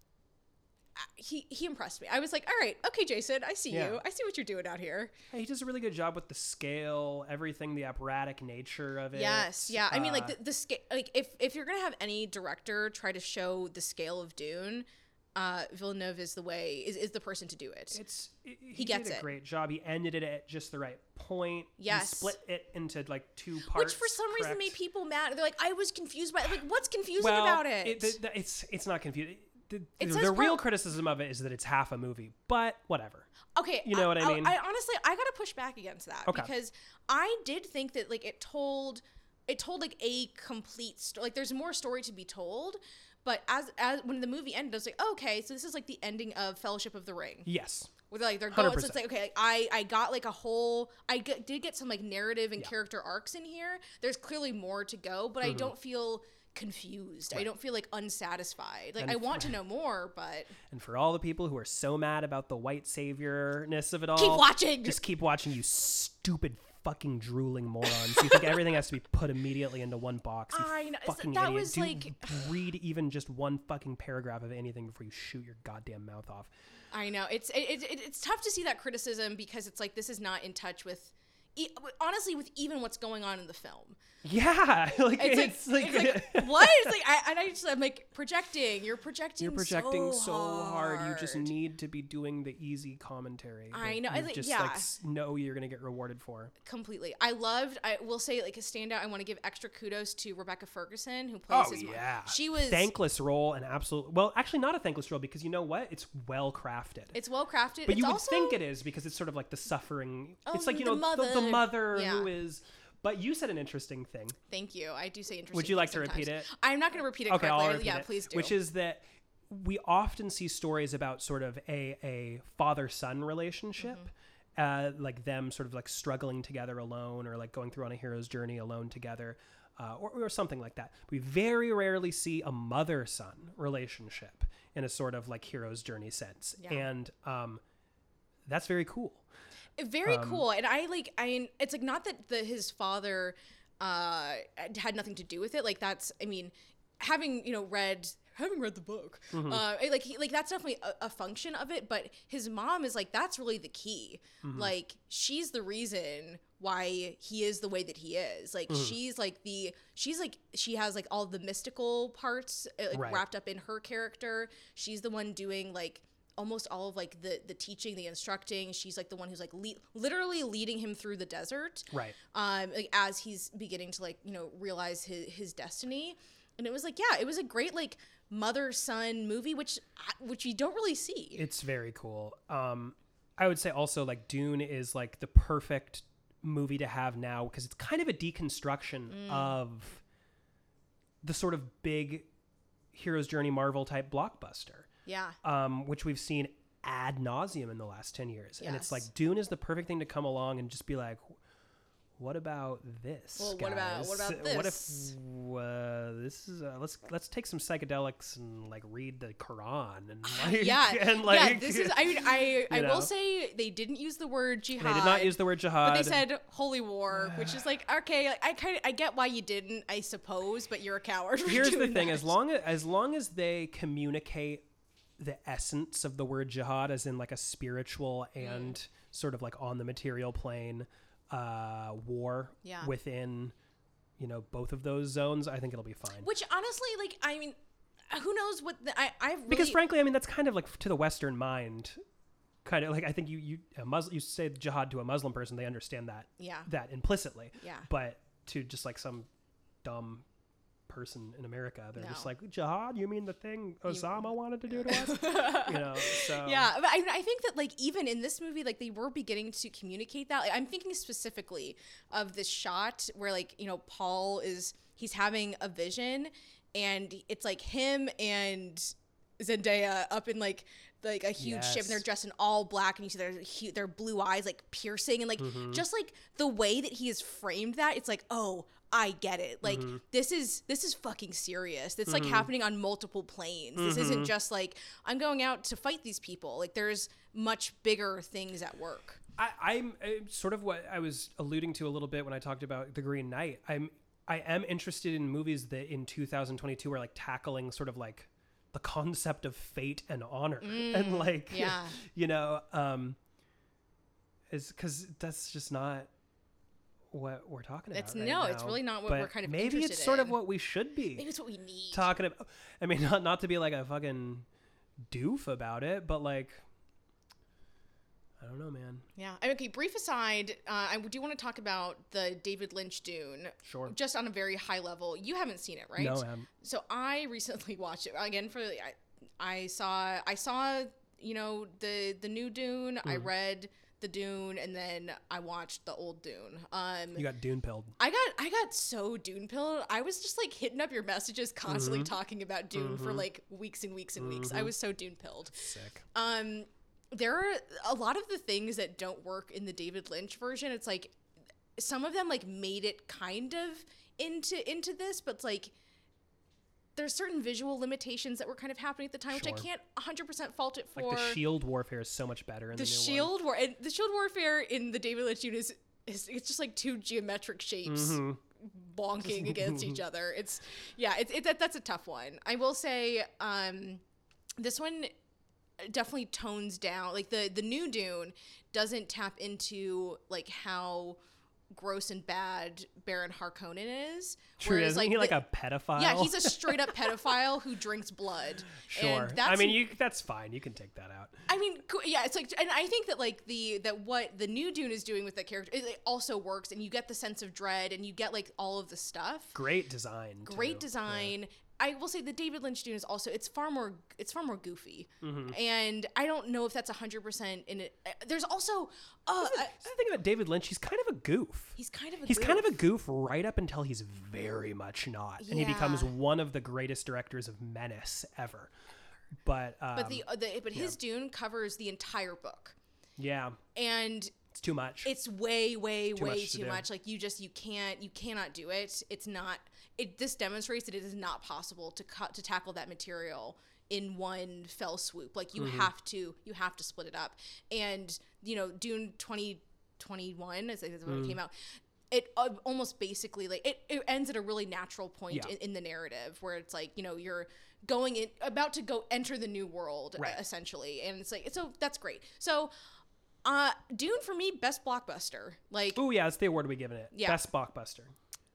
Speaker 1: he he impressed me. I was like, all right, okay, Jason, I see
Speaker 2: Yeah.
Speaker 1: you. I see what you're doing out here.
Speaker 2: Hey, he does a really good job with the scale, everything, the operatic nature of it.
Speaker 1: Yes, yeah. I mean, like
Speaker 2: Uh,
Speaker 1: the, the scale. Like if if you're gonna have any director try to show the scale of Dune, uh, Villeneuve is the way is is the person to do it.
Speaker 2: it's he,
Speaker 1: gets
Speaker 2: did a
Speaker 1: it.
Speaker 2: great job. He ended it at just the right point. He
Speaker 1: Yes.
Speaker 2: split it into like two parts.
Speaker 1: Which for some reason
Speaker 2: correct?
Speaker 1: made people mad. They're like, I was confused by like what's confusing
Speaker 2: well,
Speaker 1: about it.
Speaker 2: the- the- it's it's not confusing. The, the,
Speaker 1: says
Speaker 2: the
Speaker 1: part-
Speaker 2: real criticism of it is that it's half a movie, but whatever.
Speaker 1: okay,
Speaker 2: you know what I
Speaker 1: I'll-
Speaker 2: mean?
Speaker 1: I honestly I gotta push back against that
Speaker 2: Okay.
Speaker 1: because I did think that like it told it told like a complete story. Like there's more story to be told. But as, as when the movie ended, I was like, oh, okay, so this is like the ending of Fellowship of the Ring.
Speaker 2: Yes.
Speaker 1: where they're like they're going. So
Speaker 2: 100%.
Speaker 1: it's like okay, like, I I got like a whole. I g- did get some like narrative and character arcs in here. There's clearly more to go, but I
Speaker 2: Mm-hmm.
Speaker 1: don't feel confused. I don't feel like unsatisfied. Like I want to know more, but
Speaker 2: And for all the people who are so mad about the white saviorness of it all,
Speaker 1: watching!
Speaker 2: Just keep watching, you stupid fucking drooling morons. you think everything has to be put immediately into one box? You
Speaker 1: I know, so
Speaker 2: fucking
Speaker 1: that
Speaker 2: idiot.
Speaker 1: was
Speaker 2: Do you
Speaker 1: like-
Speaker 2: read even just one fucking paragraph of anything before you shoot your goddamn mouth off.
Speaker 1: I know it's it, it, it's tough to see that criticism because it's like this is not in touch with e- honestly with even what's going on in the film.
Speaker 2: Yeah, like
Speaker 1: It's, like,
Speaker 2: it's, like,
Speaker 1: it's like, what? It's like I and I just I'm like projecting. You're projecting.
Speaker 2: you're projecting so, hard. You just
Speaker 1: hard.
Speaker 2: need to be doing the easy commentary.
Speaker 1: I
Speaker 2: that
Speaker 1: know, I
Speaker 2: you
Speaker 1: think-
Speaker 2: just
Speaker 1: yeah.
Speaker 2: like s- know you're gonna get rewarded for.
Speaker 1: completely. I loved. I will say like a standout. I want to give extra kudos to Rebecca Ferguson who
Speaker 2: Oh,
Speaker 1: plays. his mom. she was.
Speaker 2: thankless role and absolute. Well, actually, not a thankless role because you know what? It's well crafted.
Speaker 1: it's well crafted.
Speaker 2: but
Speaker 1: it's
Speaker 2: you would
Speaker 1: also,
Speaker 2: think it is because it's sort of like the suffering. it's like you
Speaker 1: the
Speaker 2: know Oh, the- the,
Speaker 1: mother.
Speaker 2: mother
Speaker 1: Yeah.
Speaker 2: who is. But you said an interesting thing.
Speaker 1: Thank you. I do say interesting.
Speaker 2: Would you like
Speaker 1: things
Speaker 2: to repeat
Speaker 1: sometimes.
Speaker 2: it?
Speaker 1: I'm not going to repeat it
Speaker 2: Okay,
Speaker 1: correctly.
Speaker 2: I'll repeat
Speaker 1: yeah,
Speaker 2: it,
Speaker 1: please do.
Speaker 2: Which is that we often see stories about sort of a a father son relationship, uh, like them sort of like struggling together alone, or like going through on a hero's journey alone together. Uh, or, or something like that. We very rarely see a mother son relationship in a sort of like hero's journey sense.
Speaker 1: Yeah.
Speaker 2: And um, that's very cool.
Speaker 1: very cool and i like i mean it's like not that the his father uh had nothing to do with it like that's i mean having you know read having read the book uh it- like he, like that's definitely a, a function of it but his mom is like that's really the key like she's the reason why he is the way that he is like she's like the she's like she has like all the mystical parts uh, like,
Speaker 2: Right.
Speaker 1: wrapped up in her character she's the one doing like almost all of like the the teaching the instructing she's like the one who's like le- literally leading him through the desert
Speaker 2: Right.
Speaker 1: um like, as he's beginning to like you know realize his his destiny and it was like yeah it was a great like mother son movie which I- which you don't really see
Speaker 2: It's very cool. Um, I would say also like Dune is like the perfect movie to have now because it's kind of a deconstruction of the sort of big hero's journey Marvel type blockbuster,
Speaker 1: yeah
Speaker 2: um, which we've seen ad nauseum in the last ten years. And it's
Speaker 1: Yes.
Speaker 2: like Dune is the perfect thing to come along and just be like, what about this?
Speaker 1: Well, what about- what
Speaker 2: guys?
Speaker 1: about
Speaker 2: What
Speaker 1: this?"
Speaker 2: if uh, this is uh, let's let's take some psychedelics and like read the Quran and like,
Speaker 1: yeah
Speaker 2: and like
Speaker 1: yeah this is i mean i i
Speaker 2: you know?
Speaker 1: will say they didn't use the word jihad
Speaker 2: They did not use the word jihad.
Speaker 1: but they said holy war, which is like okay. Like, I kind of I get why you didn't, I suppose, but you're a coward. for
Speaker 2: here's the
Speaker 1: doing
Speaker 2: thing:
Speaker 1: that.
Speaker 2: as long as, as long as they communicate the essence of the word jihad, as in like a spiritual
Speaker 1: Mm.
Speaker 2: and sort of like on the material plane uh, war
Speaker 1: Yeah.
Speaker 2: within, you know, both of those zones, I think it'll be fine.
Speaker 1: Which honestly, like, I mean, who knows what the, I I really,
Speaker 2: because frankly, I mean, that's kind of like to the Western mind, kind of like I think you you a Muslim you say jihad to a Muslim person, they understand that
Speaker 1: yeah,
Speaker 2: that implicitly.
Speaker 1: Yeah.
Speaker 2: But to just like some dumb person in America, they're just
Speaker 1: No.
Speaker 2: like, jihad, you mean the thing Osama wanted to do to us? you know, so.
Speaker 1: yeah. But I, I think that like even in this movie, like they were beginning to communicate that. Like, I'm thinking specifically of this shot where like you know Paul is he's having a vision, and it's like him and Zendaya up in like. Like a huge ship,
Speaker 2: Yes.
Speaker 1: and they're dressed in all black, and you see their hu- their blue eyes like piercing, and like
Speaker 2: Mm-hmm.
Speaker 1: just like the way that he has framed that, it's like, oh, I get it. Like
Speaker 2: Mm-hmm.
Speaker 1: this is this is fucking serious. It's like happening on multiple planes. This
Speaker 2: Mm-hmm.
Speaker 1: isn't just like I'm going out to fight these people. Like there's much bigger things at work.
Speaker 2: I, I'm uh, sort of what I was alluding to a little bit when I talked about the Green Knight. I'm I am interested in movies that in 2022 are like tackling sort of like the concept of fate and honor and like
Speaker 1: Mm, yeah.
Speaker 2: you know um is because that's just not what we're talking about.
Speaker 1: It's-
Speaker 2: right
Speaker 1: no, it's
Speaker 2: now.
Speaker 1: really not what
Speaker 2: But
Speaker 1: we're kind of
Speaker 2: maybe it's
Speaker 1: interested
Speaker 2: sort of
Speaker 1: in.
Speaker 2: what we should be
Speaker 1: Maybe it's what we need.
Speaker 2: talking about. I mean, not not to be like a fucking doof about it, but like I don't know, man.
Speaker 1: yeah. And, Okay. Brief aside, uh, I do want to talk about the David Lynch Dune.
Speaker 2: Sure.
Speaker 1: Just on a very high level. You haven't seen it, right?
Speaker 2: No, um, I'm
Speaker 1: so I recently watched it again for I, I saw I saw you know the the new Dune. I
Speaker 2: Hmm.
Speaker 1: read the Dune and then I watched the old Dune. Um,
Speaker 2: You got dune pilled.
Speaker 1: I got I got so Dune pilled. I was just like hitting up your messages
Speaker 2: Mm-hmm.
Speaker 1: constantly talking about Dune for like weeks and weeks and weeks. I was so Dune pilled.
Speaker 2: Sick.
Speaker 1: Um, there are a lot of the things that don't work in the David Lynch version. It's like some of them like made it kind of into into this, but it's like there's certain visual limitations that were kind of happening at the time, which I
Speaker 2: Sure.
Speaker 1: can't 100% fault it for.
Speaker 2: Like the shield warfare is so much better in the,
Speaker 1: The
Speaker 2: new
Speaker 1: shield war, and the shield warfare in the David Lynch unit is, is it's just like two geometric shapes
Speaker 2: Mm-hmm.
Speaker 1: bonking against each other. It's yeah, it's it, that, that's a tough one. I will say, um, this one definitely tones down like the the new Dune doesn't tap into like how gross and bad Baron Harkonnen is.
Speaker 2: True, isn't he like
Speaker 1: the-
Speaker 2: a pedophile?
Speaker 1: yeah, he's a straight up pedophile who drinks blood.
Speaker 2: sure.
Speaker 1: And that's,
Speaker 2: I mean, you that's fine. You can take that out.
Speaker 1: I mean, co- yeah, it's like, and I think that like the that what the new Dune is doing with that character it, it also works, and you get the sense of dread, and you get like all of the stuff.
Speaker 2: Great design. too.
Speaker 1: Great design. I will say the David Lynch Dune is also it's far more it's far more goofy,
Speaker 2: Mm-hmm.
Speaker 1: and I don't know if that's hundred percent in it. uh, There's also uh, I-
Speaker 2: That's the thing about David Lynch. He's kind of a goof.
Speaker 1: he's kind of a
Speaker 2: He's kind of
Speaker 1: goof.
Speaker 2: a goof right up until he's very much not, and he
Speaker 1: Yeah.
Speaker 2: becomes one of the greatest directors of menace ever. But, um,
Speaker 1: but the, uh, the but his Dune covers the entire book,
Speaker 2: yeah,
Speaker 1: and
Speaker 2: it's too much.
Speaker 1: it's way way way
Speaker 2: much to
Speaker 1: too
Speaker 2: do.
Speaker 1: much like you just you can't you cannot do it it's not it this demonstrates that it is not possible to cut to tackle that material in one fell swoop like you
Speaker 2: Mm-hmm.
Speaker 1: have to you have to split it up and you know dune 2021 is, is
Speaker 2: Mm.
Speaker 1: when it came out it uh, almost basically like it, it ends at a really natural point
Speaker 2: Yeah.
Speaker 1: in, in the narrative where it's like you know you're going in about to go enter the new world
Speaker 2: Right.
Speaker 1: essentially and it's like so that's great so uh, Dune for me, best blockbuster. Like,
Speaker 2: Oh yeah, it's the award we given it.
Speaker 1: Yeah.
Speaker 2: Best blockbuster.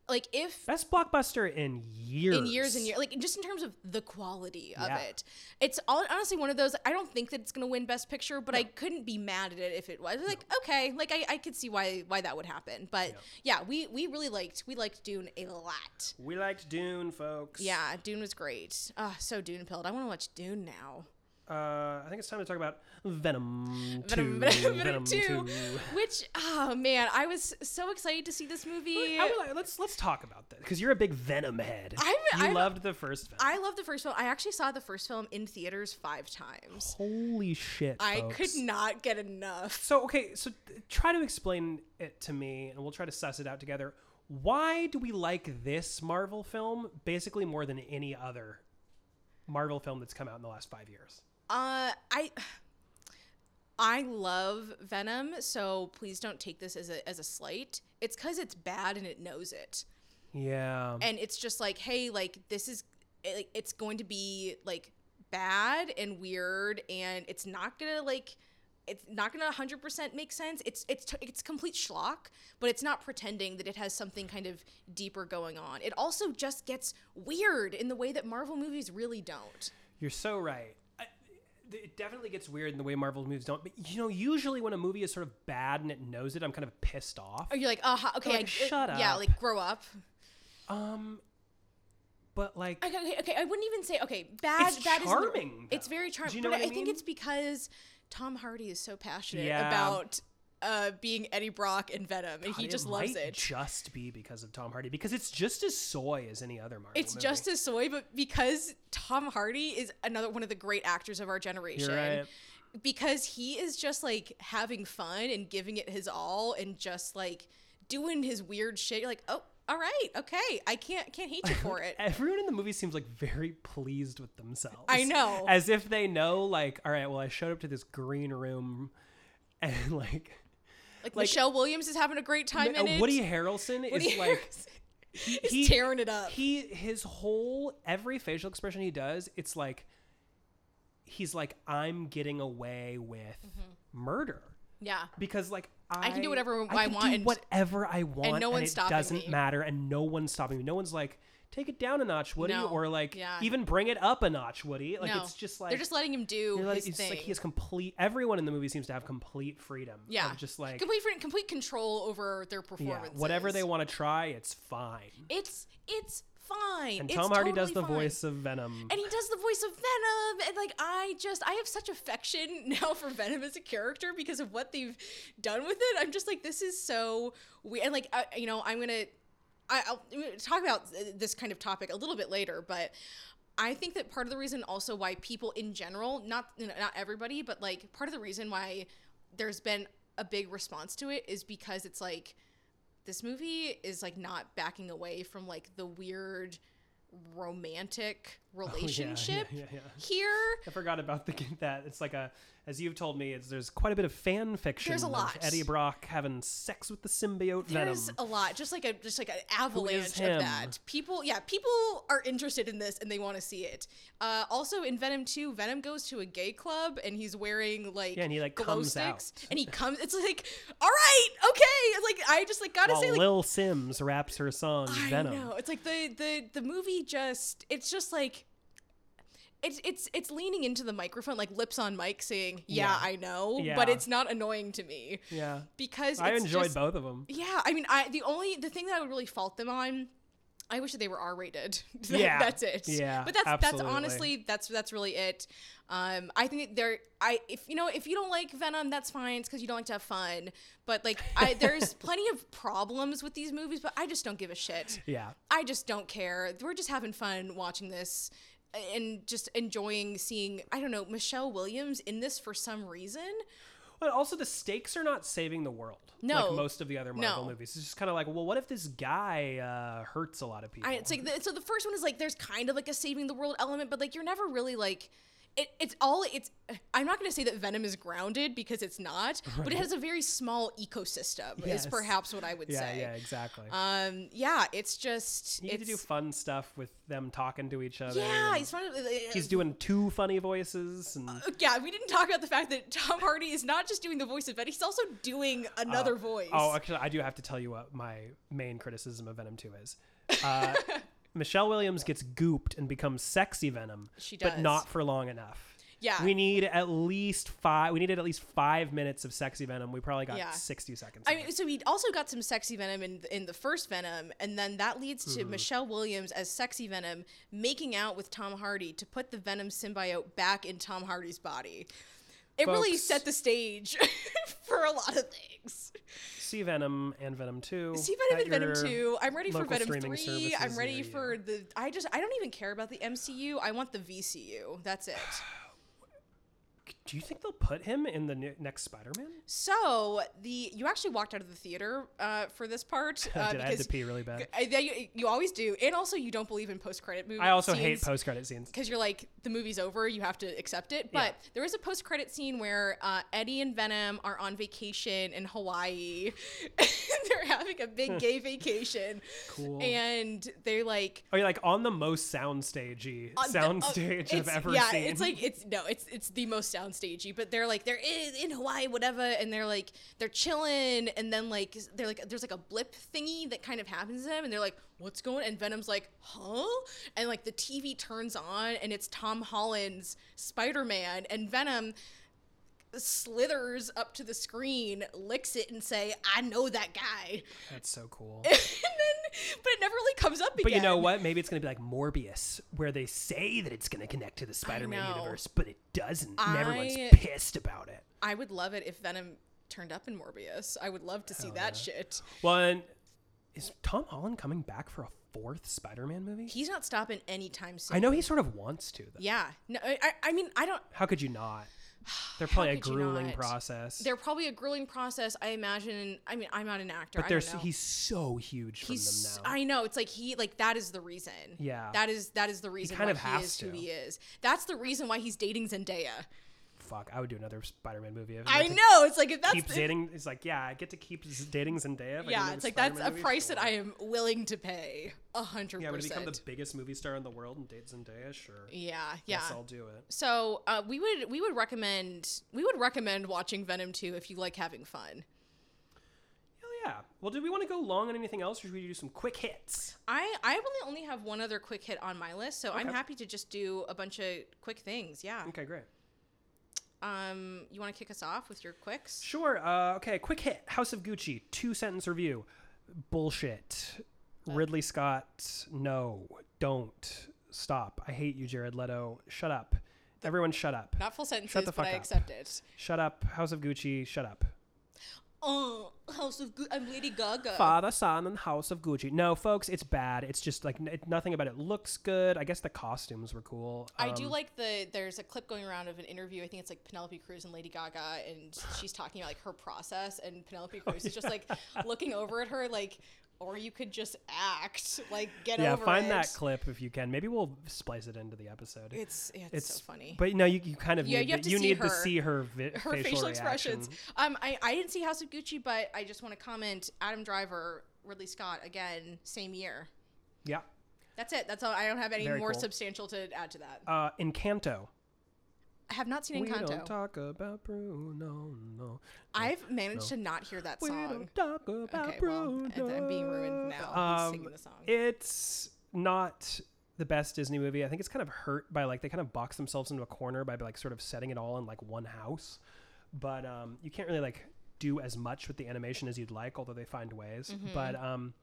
Speaker 1: like if
Speaker 2: Best blockbuster in years.
Speaker 1: in years and years, like just in terms of the quality of
Speaker 2: Yeah.
Speaker 1: it, it's all honestly one of those. I don't think that it's gonna win best picture, but I couldn't be mad at it if it was. Like, okay, like I, I could see why why that would happen. But yeah. we we really liked we liked Dune a lot.
Speaker 2: We liked Dune, folks.
Speaker 1: Yeah, Dune was great. Uh, so Dune pilled. I want to watch Dune now.
Speaker 2: Uh, I think it's time to talk about Venom.
Speaker 1: Venom, Venom,
Speaker 2: 2,
Speaker 1: Venom 2.
Speaker 2: Venom
Speaker 1: Which, oh man, I was so excited to see this movie.
Speaker 2: I would like- let's let's talk about that because you're a big Venom head.
Speaker 1: I'm-
Speaker 2: you
Speaker 1: I'm-
Speaker 2: loved the first Venom.
Speaker 1: I love the first film. I actually saw the first film in theaters five times.
Speaker 2: Holy shit!
Speaker 1: I
Speaker 2: folks.
Speaker 1: could not get enough.
Speaker 2: So okay, so th- try to explain it to me, and we'll try to suss it out together. Why do we like this Marvel film basically more than any other Marvel film that's come out in the last five years?
Speaker 1: Uh, I. I love Venom, so please don't take this as a as a slight. It's because it's bad and it knows it,
Speaker 2: Yeah.
Speaker 1: and it's just like, hey, like this is, it, it's going to be like bad and weird, and it's not gonna like, it's not gonna hundred percent make sense. It's it's t- it's complete schlock, but it's not pretending that it has something kind of deeper going on. It also just gets weird in the way that Marvel movies really don't.
Speaker 2: You're so right. I, it definitely gets weird in the way Marvel movies don't. But you know, usually when a movie is sort of bad and it knows it, I'm kind of pissed off.
Speaker 1: Or you're like, uh, huh, okay,
Speaker 2: Like,
Speaker 1: I-
Speaker 2: shut
Speaker 1: Yeah,
Speaker 2: up.
Speaker 1: like grow up.
Speaker 2: Um, but like,
Speaker 1: Okay, okay, okay, I wouldn't even say okay. Bad,
Speaker 2: It's
Speaker 1: bad
Speaker 2: charming,
Speaker 1: Is, it's
Speaker 2: though.
Speaker 1: very charming.
Speaker 2: Do you know
Speaker 1: but
Speaker 2: what
Speaker 1: I
Speaker 2: I
Speaker 1: think
Speaker 2: mean?
Speaker 1: it's because Tom Hardy is so passionate
Speaker 2: Yeah.
Speaker 1: about uh, being Eddie Brock and Venom, and he
Speaker 2: it
Speaker 1: just loves
Speaker 2: might
Speaker 1: it.
Speaker 2: Just be because of Tom Hardy, because it's just as soy as any other Marvel.
Speaker 1: it's
Speaker 2: movie.
Speaker 1: just as soy, but because Tom Hardy is another one of the great actors of our generation.
Speaker 2: You're right.
Speaker 1: Because he is just like having fun and giving it his all and just like doing his weird shit. You're like, oh, all right, okay. I can't can't hate you for it.
Speaker 2: Everyone in the movie seems like very pleased with themselves.
Speaker 1: I know.
Speaker 2: As if they know, like, all right, well, I showed up to this green room and like,
Speaker 1: Like,
Speaker 2: Like-
Speaker 1: Michelle Williams is having a great time in
Speaker 2: uh,
Speaker 1: it.
Speaker 2: Woody Harrelson is like,
Speaker 1: He's tearing it up.
Speaker 2: He his whole every facial expression he does, it's like he's like, I'm getting away with murder.
Speaker 1: yeah.
Speaker 2: Because like I,
Speaker 1: can do whatever
Speaker 2: I,
Speaker 1: Mm-hmm. I
Speaker 2: can
Speaker 1: want
Speaker 2: do
Speaker 1: and-
Speaker 2: whatever I want,
Speaker 1: no one's
Speaker 2: it
Speaker 1: stopping
Speaker 2: doesn't
Speaker 1: me.
Speaker 2: matter, and no one's stopping me. No one's like, take it down a notch, Woody,
Speaker 1: No.
Speaker 2: or like
Speaker 1: Yeah.
Speaker 2: even bring it up a notch, Woody. Like
Speaker 1: no.
Speaker 2: it's just like
Speaker 1: they're just letting him do
Speaker 2: You're like-
Speaker 1: his
Speaker 2: it's
Speaker 1: thing.
Speaker 2: like he has complete. Everyone in the movie seems to have complete freedom. of
Speaker 1: yeah.
Speaker 2: just like
Speaker 1: complete freedom- complete control over their
Speaker 2: yeah,
Speaker 1: performance.
Speaker 2: whatever they want to try, it's fine.
Speaker 1: It's it's fine.
Speaker 2: And
Speaker 1: It's
Speaker 2: Tom Hardy does the
Speaker 1: totally fine.
Speaker 2: voice of Venom.
Speaker 1: And he does the voice of Venom, and like I just I have such affection now for Venom as a character because of what they've done with it. I'm just like this is so weird, and like I, you know I'm gonna I, I'll I'm gonna talk about uh, this kind of topic a little bit later, but I think that part of the reason also why people in general, not you know, not everybody, but like part of the reason why there's been a big response to it is because it's like this movie is like not backing away from like the weird romantic
Speaker 2: Oh, Yeah, yeah,
Speaker 1: relationship
Speaker 2: yeah, yeah.
Speaker 1: here.
Speaker 2: I forgot about the, that. It's like a, as you've told me, it's, there's quite a bit of fan fiction.
Speaker 1: There's a
Speaker 2: of
Speaker 1: lot.
Speaker 2: Eddie Brock having sex with the symbiote
Speaker 1: There's
Speaker 2: Venom.
Speaker 1: a lot, just like a just like an avalanche
Speaker 2: him?
Speaker 1: of that. People, yeah, people are interested in this and they want to see it. Uh, also, in Venom Two, Venom goes to a gay club and he's wearing like
Speaker 2: Yeah, and he, like,
Speaker 1: glow
Speaker 2: comes
Speaker 1: sticks
Speaker 2: out.
Speaker 1: and he comes. It's like, all right, okay. Like I just like gotta
Speaker 2: While
Speaker 1: say, like
Speaker 2: Lil Sims raps her song
Speaker 1: I
Speaker 2: Venom.
Speaker 1: know it's like the the the movie just it's just like. It's, it's it's leaning into the microphone like lips on mic saying yeah,
Speaker 2: Yeah.
Speaker 1: I know
Speaker 2: Yeah.
Speaker 1: but it's not annoying to me
Speaker 2: Yeah,
Speaker 1: because
Speaker 2: I
Speaker 1: it's
Speaker 2: enjoyed
Speaker 1: just-
Speaker 2: both of them.
Speaker 1: yeah, I mean, I the only the thing that I would really fault them on, I wish that they were R rated.
Speaker 2: Yeah.
Speaker 1: that's it.
Speaker 2: Yeah,
Speaker 1: but that's
Speaker 2: absolutely.
Speaker 1: that's honestly that's that's really it. Um, I think that there, I if you know if you don't like Venom, that's fine. It's because you don't like to have fun. But like, I, there's plenty of problems with these movies, but I just don't give a shit.
Speaker 2: Yeah,
Speaker 1: I just don't care. We're just having fun watching this and just enjoying seeing I don't know Michelle Williams in this for some reason.
Speaker 2: but also the stakes are not saving the world.
Speaker 1: No.
Speaker 2: like most of the other Marvel
Speaker 1: No.
Speaker 2: movies, it's just kind of like, well, what if this guy uh, hurts a lot of people?
Speaker 1: I, it's like the, so the first one is like there's kind of like a saving the world element, but like you're never really like it, it's all it's i'm not going to say that venom is grounded because it's not but it has a very small ecosystem
Speaker 2: Yes.
Speaker 1: is perhaps what i would
Speaker 2: yeah,
Speaker 1: say
Speaker 2: yeah, exactly.
Speaker 1: um yeah it's just
Speaker 2: you get
Speaker 1: it's
Speaker 2: to do fun stuff with them talking to each other.
Speaker 1: yeah Uh,
Speaker 2: and
Speaker 1: he's fun uh, oh,
Speaker 2: he's doing two funny voices and
Speaker 1: yeah we didn't talk about the fact that tom hardy is not just doing the voice of venom he's also doing another voice
Speaker 2: Uh, Oh, actually, I do have to tell you what my main criticism of Venom 2 is. Uh, Michelle Williams gets gooped and becomes sexy Venom,
Speaker 1: She
Speaker 2: but
Speaker 1: does.
Speaker 2: not for long enough.
Speaker 1: Yeah.
Speaker 2: we need at least five. We needed at least five minutes of sexy Venom. We probably got
Speaker 1: Yeah.
Speaker 2: sixty seconds.
Speaker 1: I
Speaker 2: of it.
Speaker 1: mean, so he also got some sexy venom in in the first Venom, and then that leads
Speaker 2: Mm-hmm.
Speaker 1: to Michelle Williams as sexy Venom making out with Tom Hardy to put the Venom symbiote back in Tom Hardy's body. It really
Speaker 2: Folks.
Speaker 1: set the stage for a lot of things.
Speaker 2: see Venom and Venom Two.
Speaker 1: See Venom
Speaker 2: at
Speaker 1: and Venom
Speaker 2: your-
Speaker 1: Two. I'm ready for
Speaker 2: local
Speaker 1: Venom
Speaker 2: streaming
Speaker 1: Three. I'm
Speaker 2: services
Speaker 1: ready
Speaker 2: near you.
Speaker 1: for the. I just I don't even care about the MCU. I want the VCU. That's it.
Speaker 2: Do you think they'll put him in the ne- next Spider-Man?
Speaker 1: So the you actually walked out of the theater uh, for this part uh,
Speaker 2: Did I had to
Speaker 1: because.
Speaker 2: pee really bad?
Speaker 1: I, that you, you always do, and also you don't believe in post credit movies.
Speaker 2: I also hate post-credit scenes.
Speaker 1: because you're like the movie's over, you have to accept it. But there is a post credit scene where uh, Eddie and Venom are on vacation in Hawaii. They're having a big gay vacation,
Speaker 2: Hmm. Cool.
Speaker 1: and they're like.
Speaker 2: Are you like on the most soundstagey
Speaker 1: on the- oh,
Speaker 2: soundstage I've
Speaker 1: it's-
Speaker 2: ever
Speaker 1: yeah,
Speaker 2: seen?
Speaker 1: it's like it's no, it's it's the most soundstagey. But they're like they're in, in Hawaii, whatever, and they're like they're chilling, and then like they're like there's like a blip thingy that kind of happens to them, and they're like, what's going? And Venom's like, huh? And like the TV turns on, and it's Tom Holland's Spider Man, and Venom slithers up to the screen, licks it, and say, I know that guy.
Speaker 2: That's so cool.
Speaker 1: and then, but it never really comes up again.
Speaker 2: But you know what? Maybe it's going to be like Morbius, where they say that it's going to connect to the Spider-Man
Speaker 1: know.
Speaker 2: universe, but it doesn't, and everyone's
Speaker 1: I-
Speaker 2: pissed about it.
Speaker 1: I would love it if Venom turned up in Morbius. I would love to see that shit.
Speaker 2: Well, and is Tom Holland coming back for a fourth Spider-Man movie?
Speaker 1: He's not stopping anytime soon.
Speaker 2: I know he sort of wants to, though.
Speaker 1: Yeah. No, I, I- I mean, I don't.
Speaker 2: How could you not? They're probably a
Speaker 1: could you
Speaker 2: grueling
Speaker 1: not?
Speaker 2: process.
Speaker 1: They're probably a grueling process. I imagine. I mean, I'm not an actor.
Speaker 2: but
Speaker 1: I
Speaker 2: there's
Speaker 1: don't know.
Speaker 2: he's so huge from
Speaker 1: He's-
Speaker 2: them now.
Speaker 1: I know. It's like he like that is the reason.
Speaker 2: Yeah.
Speaker 1: That is that is the reason
Speaker 2: kind
Speaker 1: why
Speaker 2: of
Speaker 1: he
Speaker 2: has
Speaker 1: is who
Speaker 2: to.
Speaker 1: he is. That's the reason why he's dating Zendaya.
Speaker 2: Fuck, I would do another Spider-Man movie. If
Speaker 1: I
Speaker 2: had to
Speaker 1: know. It's like if that's
Speaker 2: Keep
Speaker 1: the-
Speaker 2: dating. It's like, yeah, I get to keep z- dating Zendaya. if I do
Speaker 1: yeah.
Speaker 2: another
Speaker 1: It's like that's
Speaker 2: Spider-Man
Speaker 1: a
Speaker 2: movie?
Speaker 1: price
Speaker 2: Sure.
Speaker 1: that I am willing to pay. A hundred
Speaker 2: Yeah, I'm gonna become the
Speaker 1: percent.
Speaker 2: biggest movie star in the world and date Zendaya. Sure,
Speaker 1: Yeah. Yeah.
Speaker 2: guess I'll do it.
Speaker 1: So uh, we would we would recommend we would recommend watching Venom 2 if you like having fun.
Speaker 2: Hell yeah. Well, do we want to go long on anything else, or should we do some quick hits?
Speaker 1: I I really only have one other quick hit on my list, so I'm happy to just do a bunch of quick things. Yeah.
Speaker 2: Okay, great. Mm.
Speaker 1: Um, you want to kick us off with your quicks?
Speaker 2: Sure. Uh, okay, quick hit. House of Gucci. Two sentence review. Bullshit.
Speaker 1: Uh.
Speaker 2: Ridley Scott. No. Don't. Stop. I hate you, Jared Leto. Shut up. Everyone, shut up.
Speaker 1: Not full sentences,
Speaker 2: the
Speaker 1: but
Speaker 2: fuck
Speaker 1: I
Speaker 2: up.
Speaker 1: accept it.
Speaker 2: Shut up. House of Gucci. Shut up.
Speaker 1: Oh, House of Gu- I'm Lady Gaga.
Speaker 2: Father, son, and House of Gucci. No, folks, it's bad. It's just like n- it, nothing about it looks good. I guess the costumes were cool.
Speaker 1: I
Speaker 2: Um,
Speaker 1: do like the there's a clip going around of an interview. I think it's like Penelope Cruz and Lady Gaga, and she's talking about like her process, and Penelope Cruz is just like looking over at her like. or you could just act like get
Speaker 2: yeah,
Speaker 1: over
Speaker 2: find
Speaker 1: it.
Speaker 2: that clip if you can. Maybe we'll splice it into the episode.
Speaker 1: It's, it's so funny.
Speaker 2: But no, you, you kind of
Speaker 1: Yeah,
Speaker 2: need
Speaker 1: you have
Speaker 2: the-
Speaker 1: to
Speaker 2: you
Speaker 1: see
Speaker 2: need
Speaker 1: her-
Speaker 2: to see her vi-
Speaker 1: her facial, expressions.
Speaker 2: reaction.
Speaker 1: Um, I, I didn't see House of Gucci, but I just want to comment. Adam Driver, Ridley Scott, again, same year.
Speaker 2: Yeah.
Speaker 1: That's it. That's all. I don't have any
Speaker 2: Very
Speaker 1: more
Speaker 2: cool.
Speaker 1: substantial to add to that.
Speaker 2: Uh, Encanto.
Speaker 1: I have not seen
Speaker 2: We don't
Speaker 1: Encanto.
Speaker 2: talk about Bruno. No.
Speaker 1: I've managed to not hear that
Speaker 2: We
Speaker 1: song.
Speaker 2: don't talk about
Speaker 1: Okay, well,
Speaker 2: Bruno.
Speaker 1: I- I'm being ruined now. He's singing
Speaker 2: Um,
Speaker 1: the song.
Speaker 2: It's not the best Disney movie. I think it's kind of hurt by like they kind of box themselves into a corner by like sort of setting it all in like one house. But um, you can't really like do as much with the animation as you'd like, although they find ways.
Speaker 1: Mm-hmm.
Speaker 2: But um,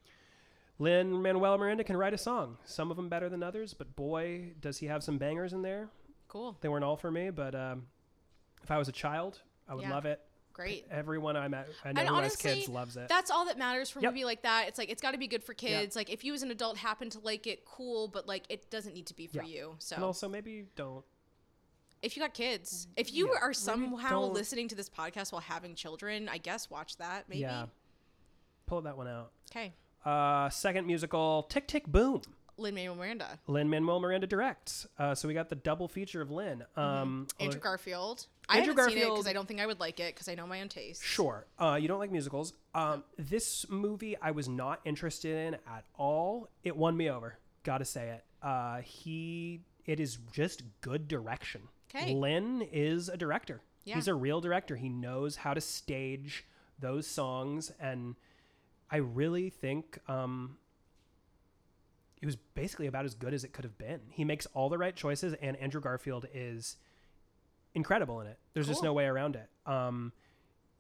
Speaker 2: Lin Manuel Miranda can write a song. Some of them better than others, but boy, does he have some bangers in there.
Speaker 1: Cool.
Speaker 2: They weren't all for me, but um, if I was a child, I would
Speaker 1: Yeah.
Speaker 2: love it.
Speaker 1: Great.
Speaker 2: Everyone I'm at, I know
Speaker 1: And
Speaker 2: who
Speaker 1: honestly,
Speaker 2: has kids loves it.
Speaker 1: That's all that matters for a
Speaker 2: uh, Yep.
Speaker 1: movie like that. It's like it's got to be good for kids. Like if you as an adult happen to like it, cool. But like it doesn't need to be for
Speaker 2: Yeah.
Speaker 1: you. So
Speaker 2: and also, maybe don't
Speaker 1: if you got kids, if you
Speaker 2: Mm, Yeah,
Speaker 1: are
Speaker 2: maybe
Speaker 1: somehow
Speaker 2: don't-
Speaker 1: listening to this podcast while having children, I guess watch that. Maybe.
Speaker 2: Yeah. Pull that one out.
Speaker 1: Okay.
Speaker 2: Uh, second musical, Tick Tick Boom.
Speaker 1: Lin Manuel Miranda,
Speaker 2: Lynn Manuel Miranda directs. Uh, so we got the double feature of Lynn. Um,
Speaker 1: Mm-hmm. Andrew Garfield.
Speaker 2: Andrew
Speaker 1: I haven't seen it because
Speaker 2: Garfield-
Speaker 1: I don't think I would like it because I know my own taste.
Speaker 2: Sure. Uh, you don't like musicals. Um, This movie I was not interested in at all. It won me over. Gotta say it. Uh, he. It is just good direction.
Speaker 1: 'Kay.
Speaker 2: Lynn is a director.
Speaker 1: Yeah.
Speaker 2: He's a real director. He knows how to stage those songs, and I really think um, it was basically about as good as it could have been. He makes all the right choices, and Andrew Garfield is incredible in it. There's just
Speaker 1: Cool.
Speaker 2: no way around it. Um,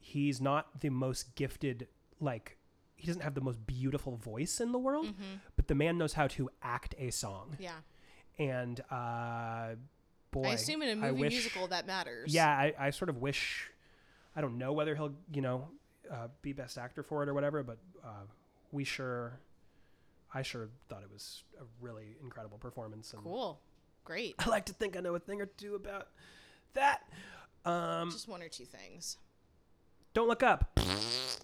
Speaker 2: he's not the most gifted, like he doesn't have the most beautiful voice in the world,
Speaker 1: Mm-hmm.
Speaker 2: but the man knows how to act a song.
Speaker 1: Yeah.
Speaker 2: And uh, boy,
Speaker 1: I assume in a
Speaker 2: I
Speaker 1: movie
Speaker 2: wish-
Speaker 1: musical that matters.
Speaker 2: Yeah, I, I sort of wish. I don't know whether he'll, you know, uh, be best actor for it or whatever, but uh, we sure. I sure thought it was a really incredible performance. And
Speaker 1: Cool. Great.
Speaker 2: I like to think I know a thing or two about that. Um,
Speaker 1: Just one or two things.
Speaker 2: don't look up.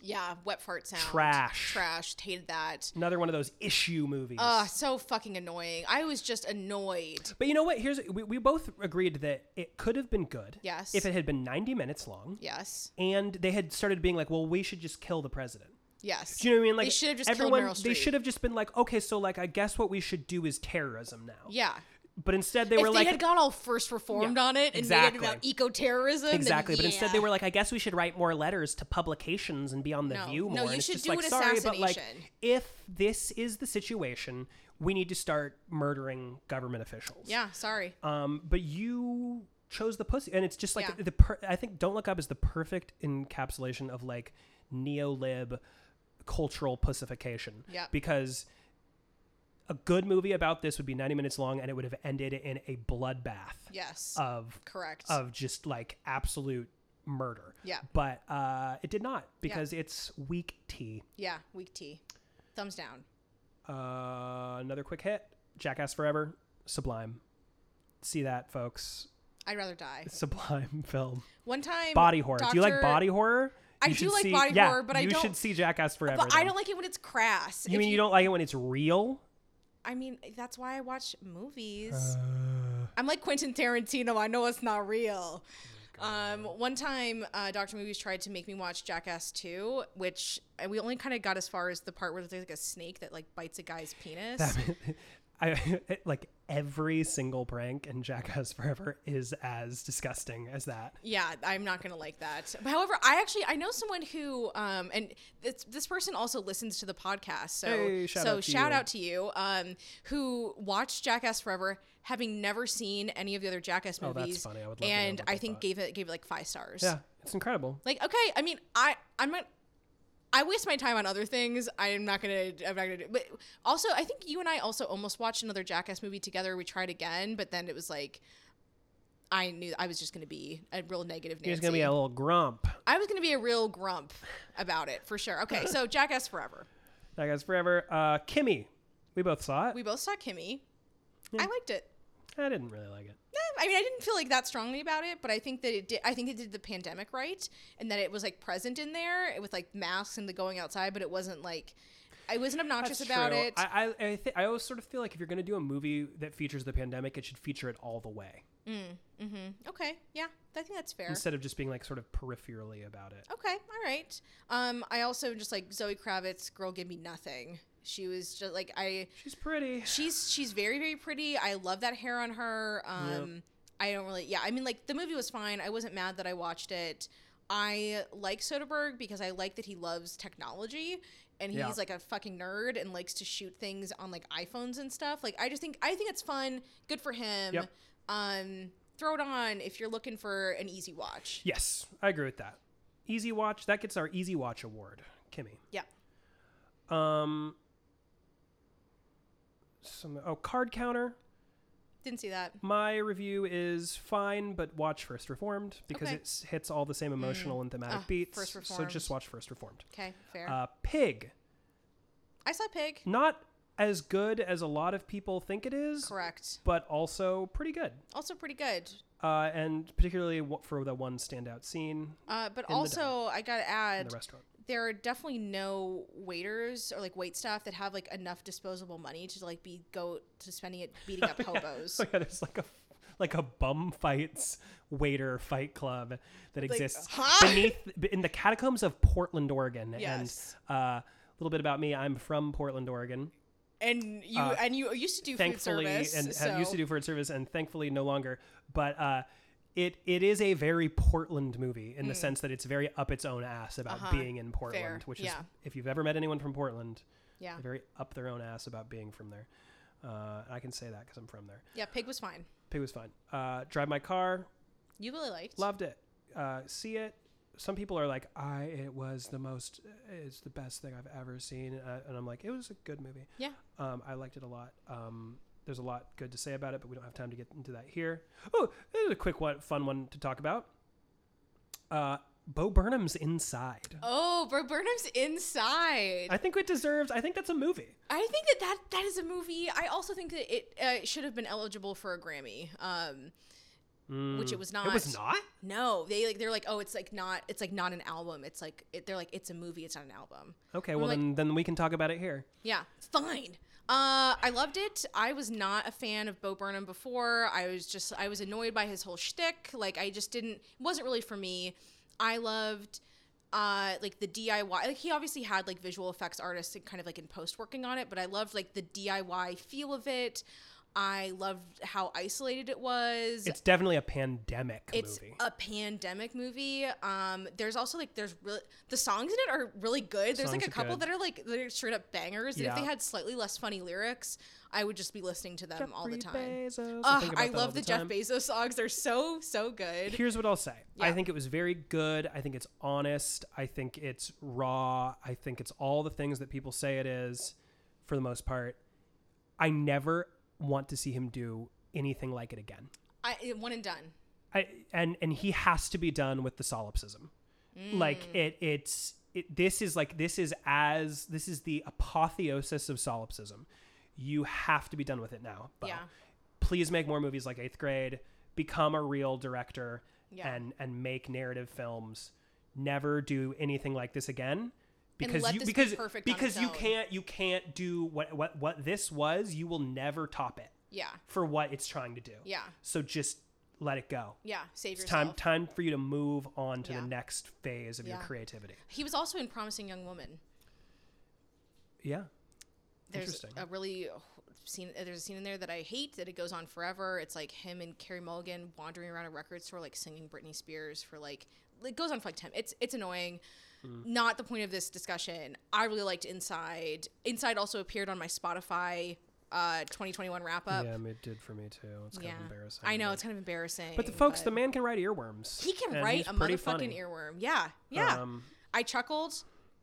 Speaker 1: Yeah. Wet fart sound.
Speaker 2: Trash.
Speaker 1: Trash. Hated that.
Speaker 2: Another one of those issue movies.
Speaker 1: Ugh, so fucking annoying. I was just annoyed.
Speaker 2: but you know what? Here's we, we both agreed that it could have been good.
Speaker 1: Yes.
Speaker 2: If it had been 90 minutes long,
Speaker 1: Yes.
Speaker 2: and they had started being like, "Well, we should just kill the president."
Speaker 1: Yes.
Speaker 2: Do you know what I mean? Like
Speaker 1: they should have just
Speaker 2: everyone,
Speaker 1: killed Meryl Streep.
Speaker 2: they should have just been like, "Okay, so like I guess what we should do is terrorism now."
Speaker 1: Yeah.
Speaker 2: But instead, they
Speaker 1: If
Speaker 2: were
Speaker 1: they
Speaker 2: like,
Speaker 1: had gone all first reformed
Speaker 2: Yeah,
Speaker 1: on it and
Speaker 2: exactly.
Speaker 1: made it about eco terrorism,
Speaker 2: Exactly,
Speaker 1: yeah.
Speaker 2: but instead they were like, I guess we should write more letters to publications and be on the
Speaker 1: No.
Speaker 2: view more.
Speaker 1: No, you
Speaker 2: and it's
Speaker 1: should
Speaker 2: just
Speaker 1: do
Speaker 2: like,
Speaker 1: an
Speaker 2: sorry, but like,
Speaker 1: assassination.
Speaker 2: if this is the situation, we need to start murdering government officials.
Speaker 1: yeah, sorry.
Speaker 2: Um, but you chose the pussy, and it's just like
Speaker 1: Yeah.
Speaker 2: the per- I think "Don't Look Up" is the perfect encapsulation of like neo-lib cultural pussification.
Speaker 1: Yep.
Speaker 2: Because a good movie about this would be 90 minutes long, and it would have ended in a bloodbath
Speaker 1: Yes,
Speaker 2: of
Speaker 1: correct.
Speaker 2: of just like absolute murder.
Speaker 1: Yeah.
Speaker 2: But uh, it did not because it's weak tea.
Speaker 1: yeah, weak T, thumbs down.
Speaker 2: Uh, another quick hit: Jackass Forever, Sublime. See that, folks.
Speaker 1: I'd rather die.
Speaker 2: Sublime film.
Speaker 1: One time,
Speaker 2: Body horror. Do you like
Speaker 1: Dr.
Speaker 2: body horror?
Speaker 1: I
Speaker 2: You
Speaker 1: do
Speaker 2: should
Speaker 1: like body horror, but I
Speaker 2: you
Speaker 1: don't-
Speaker 2: should see Jackass Forever.
Speaker 1: But I
Speaker 2: then.
Speaker 1: don't like it when it's crass.
Speaker 2: You
Speaker 1: If
Speaker 2: mean you don't like it when it's real?
Speaker 1: I mean, that's why I watch movies. I'm like Quentin Tarantino. I know it's not real. um, one time, uh, Doctor Movies tried to make me watch Jackass 2, which uh, we only kind of got as far as the part where there's like a snake that like bites a guy's penis.
Speaker 2: I like every single prank in Jackass Forever is as disgusting as that.
Speaker 1: Yeah, I'm not gonna like that. But however, I actually I know someone who um and this this person also listens to the podcast. So
Speaker 2: Hey, shout
Speaker 1: so
Speaker 2: out to
Speaker 1: shout
Speaker 2: you.
Speaker 1: out to you um who watched Jackass Forever, having never seen any of the other Jackass
Speaker 2: Oh, that's
Speaker 1: movies.
Speaker 2: funny. I would love to know
Speaker 1: and
Speaker 2: what
Speaker 1: I
Speaker 2: they
Speaker 1: think
Speaker 2: thought.
Speaker 1: gave it gave it like five stars.
Speaker 2: Yeah, it's incredible.
Speaker 1: Like okay, I mean I I'm not. I waste my time on other things. I am not gonna. I'm not gonna do. But also, I think you and I also almost watched another Jackass movie together. We tried again, but then it was like, I knew I was just gonna be a real negative.
Speaker 2: Here's gonna be
Speaker 1: Nancy.
Speaker 2: a little grump.
Speaker 1: I was gonna be a real grump about it for sure. Okay, so Jackass Forever.
Speaker 2: Jackass Forever. Uh, Kimmy, we both saw it.
Speaker 1: We both saw Kimmy. I liked it.
Speaker 2: I didn't really like it.
Speaker 1: Eh, I mean, I didn't feel like that strongly about it, but I think that it did. I think it did the pandemic right, and that it was like present in there with like masks and the going outside, but it wasn't like I wasn't obnoxious
Speaker 2: That's
Speaker 1: about
Speaker 2: true.
Speaker 1: it.
Speaker 2: I I, I, th- I always sort of feel like if you're going to do a movie that features the pandemic, it should feature it all the way
Speaker 1: mm-hmm. Okay, yeah, I think that's fair.
Speaker 2: instead of just being like sort of peripherally about it.
Speaker 1: Okay, all right. Um, I also just like Zoe Kravitz. Girl, give me nothing. She was just like I.
Speaker 2: She's pretty.
Speaker 1: She's she's very very pretty. I love that hair on her. Um, I don't really. Yeah, I mean like the movie was fine. I wasn't mad that I watched it. I like Soderbergh because I like that he loves technology and he's
Speaker 2: Yeah.
Speaker 1: like a fucking nerd and likes to shoot things on like iPhones and stuff. Like I just think I think it's fun. Good for him.
Speaker 2: Yep.
Speaker 1: Um, throw it on if you're looking for an easy watch.
Speaker 2: Yes, I agree with that. Easy watch. That gets our easy watch award, Kimmy.
Speaker 1: Yeah.
Speaker 2: Um. Some oh card counter.
Speaker 1: Didn't see that.
Speaker 2: My review is fine, but watch First Reformed because
Speaker 1: Okay. Mm.
Speaker 2: it s- hits all the same emotional and thematic
Speaker 1: Ah,
Speaker 2: beats.
Speaker 1: First
Speaker 2: so just
Speaker 1: Reformed.
Speaker 2: watch First Reformed.
Speaker 1: Okay, fair.
Speaker 2: Uh, Pig.
Speaker 1: I saw Pig.
Speaker 2: Not as good as a lot of people think it is,
Speaker 1: Correct.
Speaker 2: but also pretty good.
Speaker 1: Also pretty good.
Speaker 2: Uh, and particularly w- for the one standout scene
Speaker 1: Uh, but
Speaker 2: the
Speaker 1: also, I gotta
Speaker 2: in
Speaker 1: add,
Speaker 2: the restaurant.
Speaker 1: there are definitely no waiters or like wait staff that have like enough disposable money to like be go to spending it beating up hobos.
Speaker 2: So yeah, there's like a like a bum fights waiter fight club that exists
Speaker 1: huh?
Speaker 2: beneath in the catacombs of Portland, Oregon.
Speaker 1: Yes.
Speaker 2: And uh, a little bit about me: I'm from Portland, Oregon.
Speaker 1: And you
Speaker 2: Uh,
Speaker 1: and you used to do food
Speaker 2: thankfully,
Speaker 1: service,
Speaker 2: and
Speaker 1: so
Speaker 2: have used to do food service, and thankfully no longer. But uh, it it is a very Portland movie in the sense that it's very up its own ass about
Speaker 1: Hmm. Uh-huh.
Speaker 2: being in Portland, which is
Speaker 1: Yeah.
Speaker 2: if you've ever met anyone from Portland,
Speaker 1: yeah,
Speaker 2: they're very up their own ass about being from there. Uh, I can say that because I'm from there.
Speaker 1: yeah. Pig was fine.
Speaker 2: Pig was fun. Uh, drive my car,
Speaker 1: You really liked.
Speaker 2: loved it. Uh, see it. Some people are like, I it was the most, it's the best thing I've ever seen, uh, and I'm like, it was a good movie.
Speaker 1: Yeah.
Speaker 2: Um, I liked it a lot. Um, there's a lot good to say about it, but we don't have time to get into that here. Oh, this is a quick one, fun one to talk about. Uh, Bo Burnham's Inside.
Speaker 1: Oh, Bo Burnham's inside.
Speaker 2: I think it deserves. I think that's a movie.
Speaker 1: I think that, that that is a movie. I also think that it uh, should have been eligible for a Grammy, um, which it was not.
Speaker 2: Mm, It was not.
Speaker 1: No, they like they're like, oh, it's like not, it's like not an album. It's like it, they're like it's a movie. It's not an album.
Speaker 2: Okay, well
Speaker 1: like-
Speaker 2: then, then we can talk about it here.
Speaker 1: Yeah, fine. Uh, I loved it. I was not a fan of Bo Burnham before. I was just I was annoyed by his whole shtick. Like I just didn't. It wasn't really for me. I loved. Uh, like the DIY, like he obviously had like visual effects artists and kind of like in post working on it, but I loved like the DIY feel of it. I loved how isolated it was
Speaker 2: It's definitely a pandemic
Speaker 1: it's
Speaker 2: movie.
Speaker 1: a pandemic movie. Um, there's also like there's really the songs in it are really good. There's
Speaker 2: Songs
Speaker 1: like
Speaker 2: are
Speaker 1: a couple that
Speaker 2: good.
Speaker 1: are like that are straight up bangers. that If they
Speaker 2: Yeah.
Speaker 1: had slightly less funny lyrics, I would just be listening to them all the
Speaker 2: Jeffrey
Speaker 1: time.
Speaker 2: Bezos. I
Speaker 1: Ugh,
Speaker 2: think about
Speaker 1: I
Speaker 2: that all
Speaker 1: love the, Jeff
Speaker 2: time.
Speaker 1: Bezos songs. They're so so good.
Speaker 2: Here's what I'll say. I
Speaker 1: Yeah.
Speaker 2: think it was very good. I think it's honest. I think it's raw. I think it's all the things that people say it is for the most part. I never want to see him do anything like it again.
Speaker 1: I it- one and done.
Speaker 2: I and and he has to be done with the solipsism.
Speaker 1: Mm.
Speaker 2: Like it it's it, this is like this is as this is the apotheosis of solipsism. You have to be done with it now. Bo.
Speaker 1: Yeah.
Speaker 2: Please make more movies like 8th grade, become a real director
Speaker 1: Yeah.
Speaker 2: and and make narrative films. Never do anything like this again because
Speaker 1: let
Speaker 2: you
Speaker 1: this be
Speaker 2: because
Speaker 1: perfect on
Speaker 2: because
Speaker 1: its
Speaker 2: you
Speaker 1: own.
Speaker 2: can't you can't do what what what this was, you will never top it
Speaker 1: Yeah,
Speaker 2: for what it's trying to do.
Speaker 1: yeah,
Speaker 2: So just let it go
Speaker 1: yeah. Save
Speaker 2: it's
Speaker 1: yourself.
Speaker 2: time time for you to move on to
Speaker 1: Yeah.
Speaker 2: the next phase of your
Speaker 1: Yeah.
Speaker 2: creativity.
Speaker 1: He was also in Promising Young Woman.
Speaker 2: Yeah.
Speaker 1: There's
Speaker 2: Interesting.
Speaker 1: a really scene. uh, There's a scene in there that I hate that it goes on forever. It's like him and Carrie Mulligan wandering around a record store, like singing Britney Spears for like it goes on for like ten. It's it's annoying.
Speaker 2: Mm.
Speaker 1: Not the point of this discussion. I really liked Inside. Inside also appeared on my Spotify uh 2021 wrap up.
Speaker 2: yeah, it did for me too. It's kind
Speaker 1: Yeah,
Speaker 2: of embarrassing.
Speaker 1: I know it's kind of embarrassing.
Speaker 2: But the folks, the
Speaker 1: but
Speaker 2: man can write earworms.
Speaker 1: he can
Speaker 2: and
Speaker 1: write
Speaker 2: he's
Speaker 1: a
Speaker 2: pretty
Speaker 1: motherfucking
Speaker 2: funny.
Speaker 1: earworm. Yeah, yeah.
Speaker 2: Um,
Speaker 1: I chuckled.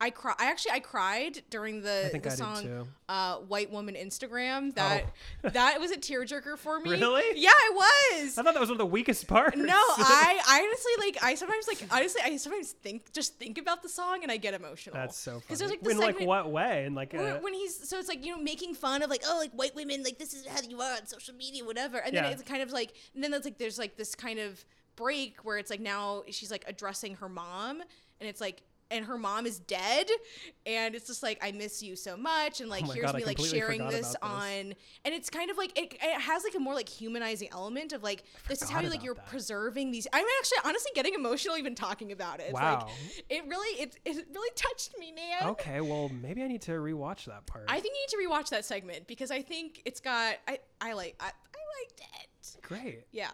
Speaker 1: I cry. I actually I cried during the,
Speaker 2: I think
Speaker 1: the
Speaker 2: I did
Speaker 1: song
Speaker 2: too. Oh.
Speaker 1: Uh, "White Woman Instagram." That that was a tearjerker for me.
Speaker 2: Really?
Speaker 1: Yeah, it was.
Speaker 2: I thought that was one of the weakest parts.
Speaker 1: No, I, I honestly like I sometimes like honestly I sometimes think just think about the song and I get emotional.
Speaker 2: That's so funny.
Speaker 1: Because there's like the
Speaker 2: in like
Speaker 1: segment-
Speaker 2: what way? In like
Speaker 1: where-
Speaker 2: a,
Speaker 1: when he's so it's like you know making fun of like oh like white women like this is how you are on social media whatever and
Speaker 2: Yeah.
Speaker 1: then it's kind of like and then that's like there's like this kind of break where it's like now she's like addressing her mom and it's like and her mom is dead and it's just like i miss you so much and like
Speaker 2: Oh my
Speaker 1: here's
Speaker 2: God, I
Speaker 1: me like
Speaker 2: completely
Speaker 1: sharing
Speaker 2: forgot
Speaker 1: this
Speaker 2: about
Speaker 1: on
Speaker 2: this.
Speaker 1: and and it's kind of like it, it has like a more like humanizing element of like this is how
Speaker 2: forgot
Speaker 1: you like
Speaker 2: about
Speaker 1: you're
Speaker 2: that.
Speaker 1: preserving these i'm actually honestly getting emotional even talking about it It's
Speaker 2: Wow.
Speaker 1: like it really it, it really touched me man
Speaker 2: okay, well maybe I need to rewatch that part.
Speaker 1: i think you need to rewatch that segment because i think it's got i i like i, I liked it
Speaker 2: Great.
Speaker 1: yeah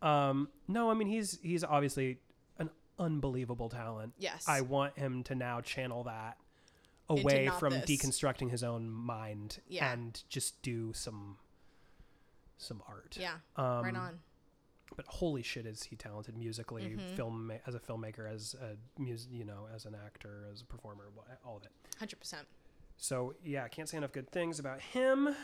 Speaker 2: Um, no, I mean he's he's obviously an unbelievable talent.
Speaker 1: yes
Speaker 2: I want him to now channel that away
Speaker 1: not
Speaker 2: from
Speaker 1: this.
Speaker 2: deconstructing his own mind
Speaker 1: Yeah.
Speaker 2: and just do some some art.
Speaker 1: yeah
Speaker 2: Um,
Speaker 1: right on
Speaker 2: But holy shit, is he talented musically,
Speaker 1: Mm-hmm.
Speaker 2: film as a filmmaker, as a mus- you know, as an actor, as a performer, wha- all of it.
Speaker 1: 100%
Speaker 2: So yeah, I can't say enough good things about him.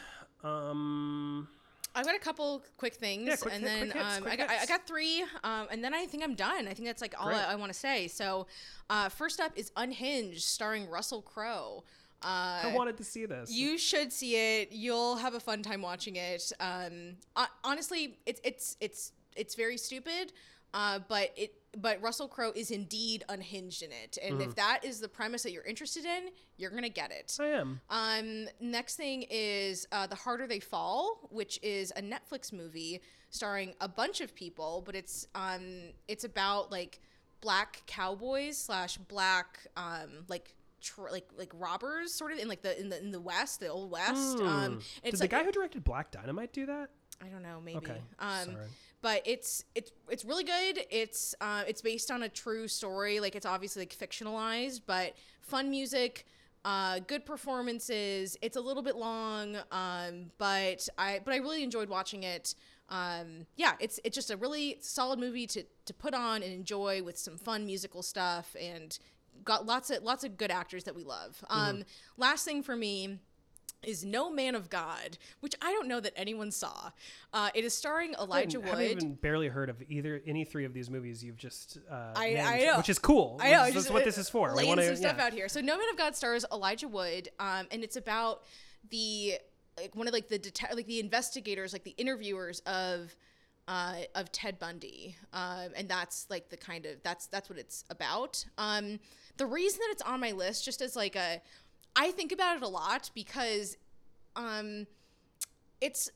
Speaker 2: Um,
Speaker 1: I've got a couple quick things,
Speaker 2: Yeah, quick
Speaker 1: and
Speaker 2: hit-
Speaker 1: then
Speaker 2: quick hits,
Speaker 1: um,
Speaker 2: quick
Speaker 1: I, got, I- I
Speaker 2: hits.
Speaker 1: got three, um, and then I think I'm done. I think that's like all
Speaker 2: Great.
Speaker 1: I, want to say. So, uh, first up is Unhinged, starring Russell Crowe. Uh,
Speaker 2: I wanted to see this.
Speaker 1: you should see it. You'll have a fun time watching it. Um, hon- honestly, it's it's it's it's very stupid, uh, but it but Russell Crowe is indeed unhinged in it, and if that is the premise that you're interested in, you're gonna get it.
Speaker 2: I am.
Speaker 1: Um, next thing is uh, The Harder They Fall, which is a Netflix movie starring a bunch of people, but it's um, it's about like black cowboys slash black um, like tr- like like robbers sort of in like the in the in the West, the old West. Um,
Speaker 2: Hmm.
Speaker 1: and
Speaker 2: Did
Speaker 1: it's
Speaker 2: the
Speaker 1: like
Speaker 2: guy who directed Black Dynamite do that?
Speaker 1: I don't know, maybe.
Speaker 2: Okay,
Speaker 1: Um,
Speaker 2: sorry.
Speaker 1: but it's it's it's really good. It's uh, it's based on a true story. Like it's obviously like fictionalized, but fun music, uh, good performances. It's a little bit long, um, but I but I really enjoyed watching it. Um, yeah, it's it's just a really solid movie to to put on and enjoy with some fun musical stuff and got lots of lots of good actors that we love.
Speaker 2: Mm-hmm.
Speaker 1: Um, Last thing for me is No Man of God, which I don't know that anyone saw. Uh, it is starring Elijah
Speaker 2: I haven't
Speaker 1: Wood.
Speaker 2: even barely heard of either any three of these movies you've just uh,
Speaker 1: I-
Speaker 2: named,
Speaker 1: I know.
Speaker 2: which is cool.
Speaker 1: I know.
Speaker 2: This-
Speaker 1: just
Speaker 2: that's what this is for. We
Speaker 1: Laying
Speaker 2: wanna-
Speaker 1: some stuff
Speaker 2: yeah.
Speaker 1: out here. So, No Man of God stars Elijah Wood, um, and it's about the like one of like the deta- like the investigators, like the interviewers of uh, of Ted Bundy, um, and that's like the kind of that's that's what it's about. Um, the reason that it's on my list, just as like a, I think about it a lot because, um, it's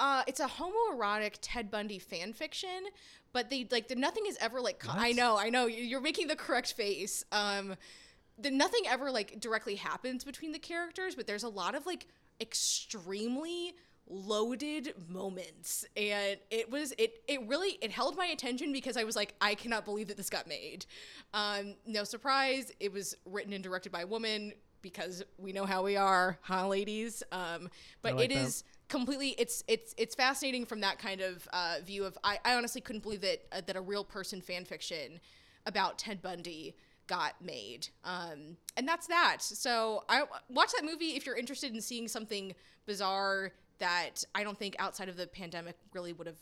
Speaker 1: uh, it's a homoerotic Ted Bundy fan fiction, but they like the, nothing is ever like. co- I
Speaker 2: What?
Speaker 1: know, I know. you- You're making the correct face. Um, the, nothing ever like directly happens between the characters, but there's a lot of like extremely loaded moments, and it was it it really it held my attention because I was like, I cannot believe that this got made. Um, no surprise, it was written and directed by a woman because we know how we are, huh, ladies? Um, but
Speaker 2: like
Speaker 1: it is
Speaker 2: that.
Speaker 1: completely it's it's it's fascinating from that kind of uh, view of I, I honestly couldn't believe that uh, that a real person fan fiction about Ted Bundy got made um, and that's that so I watch that movie if you're interested in seeing something bizarre that I don't think outside of the pandemic really would have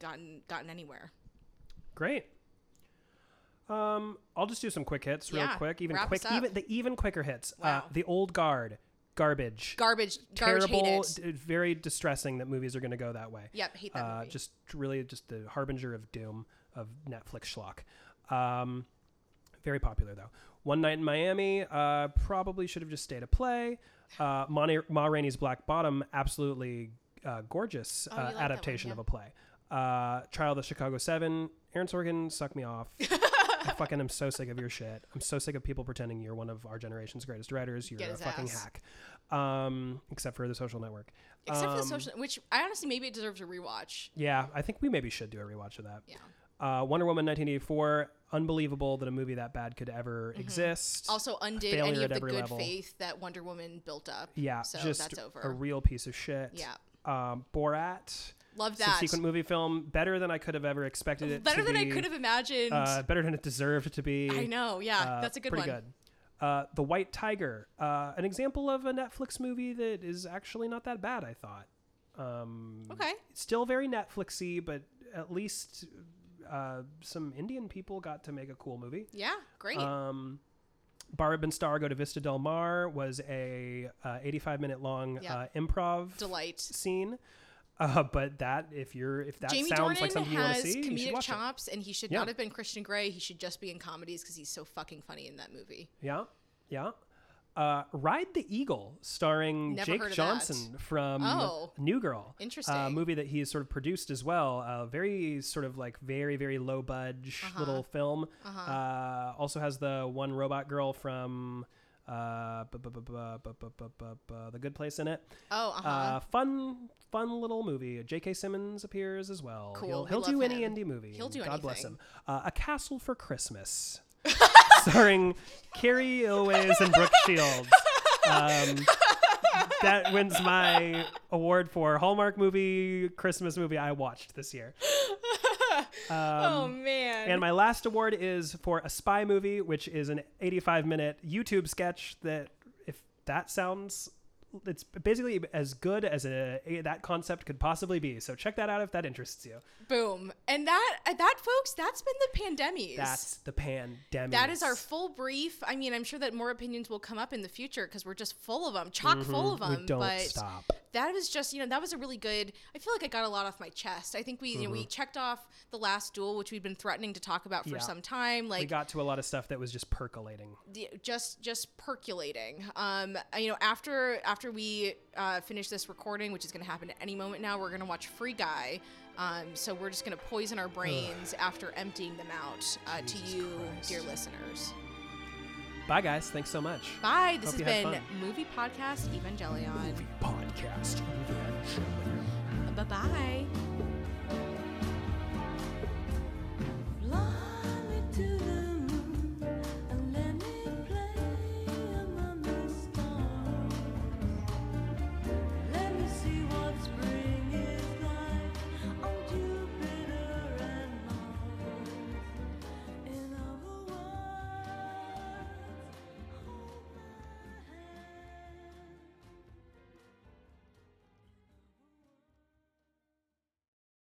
Speaker 1: gotten gotten anywhere
Speaker 2: Great. Um, I'll just do some quick hits real
Speaker 1: Yeah,
Speaker 2: quick. Even
Speaker 1: wrap
Speaker 2: quick,
Speaker 1: us up.
Speaker 2: even the even quicker hits.
Speaker 1: Wow.
Speaker 2: Uh, the Old Guard, garbage,
Speaker 1: garbage garbage
Speaker 2: terrible,
Speaker 1: hate it
Speaker 2: d- very distressing that movies are going to go that way.
Speaker 1: Yep, hate that
Speaker 2: uh,
Speaker 1: movie.
Speaker 2: Just really, just the harbinger of doom of Netflix schlock. Um, very popular though. One Night in Miami, uh, probably should have just stayed a play. Uh, Mon- Ma Rainey's Black Bottom, absolutely uh, gorgeous
Speaker 1: Oh, you
Speaker 2: uh,
Speaker 1: like that one,
Speaker 2: adaptation
Speaker 1: yeah.
Speaker 2: of a play. Uh, Trial of the Chicago Seven, Aaron Sorkin, suck me off. I fucking am so sick of your shit. I'm so sick of people pretending you're one of our generation's greatest writers. You're
Speaker 1: Get
Speaker 2: a
Speaker 1: his
Speaker 2: fucking
Speaker 1: ass.
Speaker 2: hack. Um, except for the social network.
Speaker 1: except for the
Speaker 2: Um,
Speaker 1: social which I honestly maybe it deserves a rewatch
Speaker 2: Yeah, I think we maybe should do a rewatch of that.
Speaker 1: yeah
Speaker 2: Uh, Wonder Woman 1984, unbelievable that a movie that bad could ever exist.
Speaker 1: Mm-hmm. also undid
Speaker 2: failure
Speaker 1: any
Speaker 2: at
Speaker 1: of the
Speaker 2: every
Speaker 1: good
Speaker 2: level.
Speaker 1: faith that Wonder Woman built up
Speaker 2: yeah,
Speaker 1: so
Speaker 2: just
Speaker 1: that's over
Speaker 2: a real piece of shit.
Speaker 1: Yeah.
Speaker 2: Um, Borat,
Speaker 1: Love that.
Speaker 2: subsequent movie film, better than I could have ever expected it.
Speaker 1: Better
Speaker 2: to
Speaker 1: than I
Speaker 2: be,
Speaker 1: could have imagined.
Speaker 2: Uh, better than it deserved to be.
Speaker 1: I know. Yeah,
Speaker 2: Uh,
Speaker 1: that's a good
Speaker 2: pretty
Speaker 1: one.
Speaker 2: good. Uh, the White Tiger, uh, an example of a Netflix movie that is actually not that bad. I thought. Um,
Speaker 1: Okay.
Speaker 2: Still very Netflixy, but at least uh, some Indian people got to make a cool movie.
Speaker 1: Yeah. Great.
Speaker 2: Um, Barb and Star Go to Vista Del Mar was a uh, 85 minute long
Speaker 1: Yeah.
Speaker 2: uh, improv
Speaker 1: Delight.
Speaker 2: scene. Uh, but that if you're if that
Speaker 1: Jamie
Speaker 2: sounds
Speaker 1: Dornan
Speaker 2: like something you want
Speaker 1: has
Speaker 2: to see, you should
Speaker 1: comedic
Speaker 2: watch it.
Speaker 1: chops, and he should
Speaker 2: Yeah.
Speaker 1: not have been Christian Grey. He should just be in comedies because he's so fucking funny in that movie.
Speaker 2: Yeah, yeah. Uh, Ride the Eagle, starring
Speaker 1: Never heard
Speaker 2: Jake
Speaker 1: of
Speaker 2: Johnson from
Speaker 1: Oh.
Speaker 2: New Girl. A
Speaker 1: Interesting.
Speaker 2: movie that he has sort of produced as well. A very sort of like very very low budge
Speaker 1: Uh-huh.
Speaker 2: little film. uh also has the one robot girl from uh, bu- bu- bu- bu- bu- bu- bu- bu- bu- The Good Place in it.
Speaker 1: Oh, uh-huh.
Speaker 2: Uh, fun, fun little movie. J.K. Simmons appears as well.
Speaker 1: Cool,
Speaker 2: He'll,
Speaker 1: we
Speaker 2: he'll
Speaker 1: love
Speaker 2: do any
Speaker 1: him.
Speaker 2: indie movie.
Speaker 1: He'll do
Speaker 2: God bless him.
Speaker 1: anything.
Speaker 2: Uh, A Castle for Christmas, starring Carrie Owens and Brooke Shields. Um, that wins my award for Hallmark movie Christmas movie I watched this year.
Speaker 1: oh man.
Speaker 2: Um, And my last award is for a spy movie, which is an 85 minute YouTube sketch that, if that sounds, it's basically as good as a, that concept could possibly be. So check that out if that interests you.
Speaker 1: Boom. And that uh, that folks, that's been the pandemics.
Speaker 2: That's the pandemic.
Speaker 1: That is our full brief. I mean, I'm sure that more opinions will come up in the future because we're just full of them, chock full of them.
Speaker 2: Mm-hmm. We don't
Speaker 1: but
Speaker 2: stop.
Speaker 1: that was just, you know, that was a really good. I feel like I got a lot off my chest. I think we, you know, we checked off the last duel, which we've been threatening to talk about for
Speaker 2: Mm-hmm. Yeah.
Speaker 1: some time.
Speaker 2: We
Speaker 1: Like,
Speaker 2: got to a lot of stuff that was just percolating.
Speaker 1: the, just just percolating. Um, I- you know, after after we uh, finish this recording, which is going to happen at any moment now, we're going to watch Free Guy. Um, so we're just going to poison our brains after emptying them out uh, to
Speaker 2: Jesus
Speaker 1: you,
Speaker 2: Christ.
Speaker 1: dear listeners.
Speaker 2: Bye, guys. Thanks so much.
Speaker 1: Bye. This
Speaker 2: Hope you
Speaker 1: has
Speaker 2: had
Speaker 1: been Movie Podcast Evangelion.
Speaker 2: Podcast.
Speaker 1: Bye bye.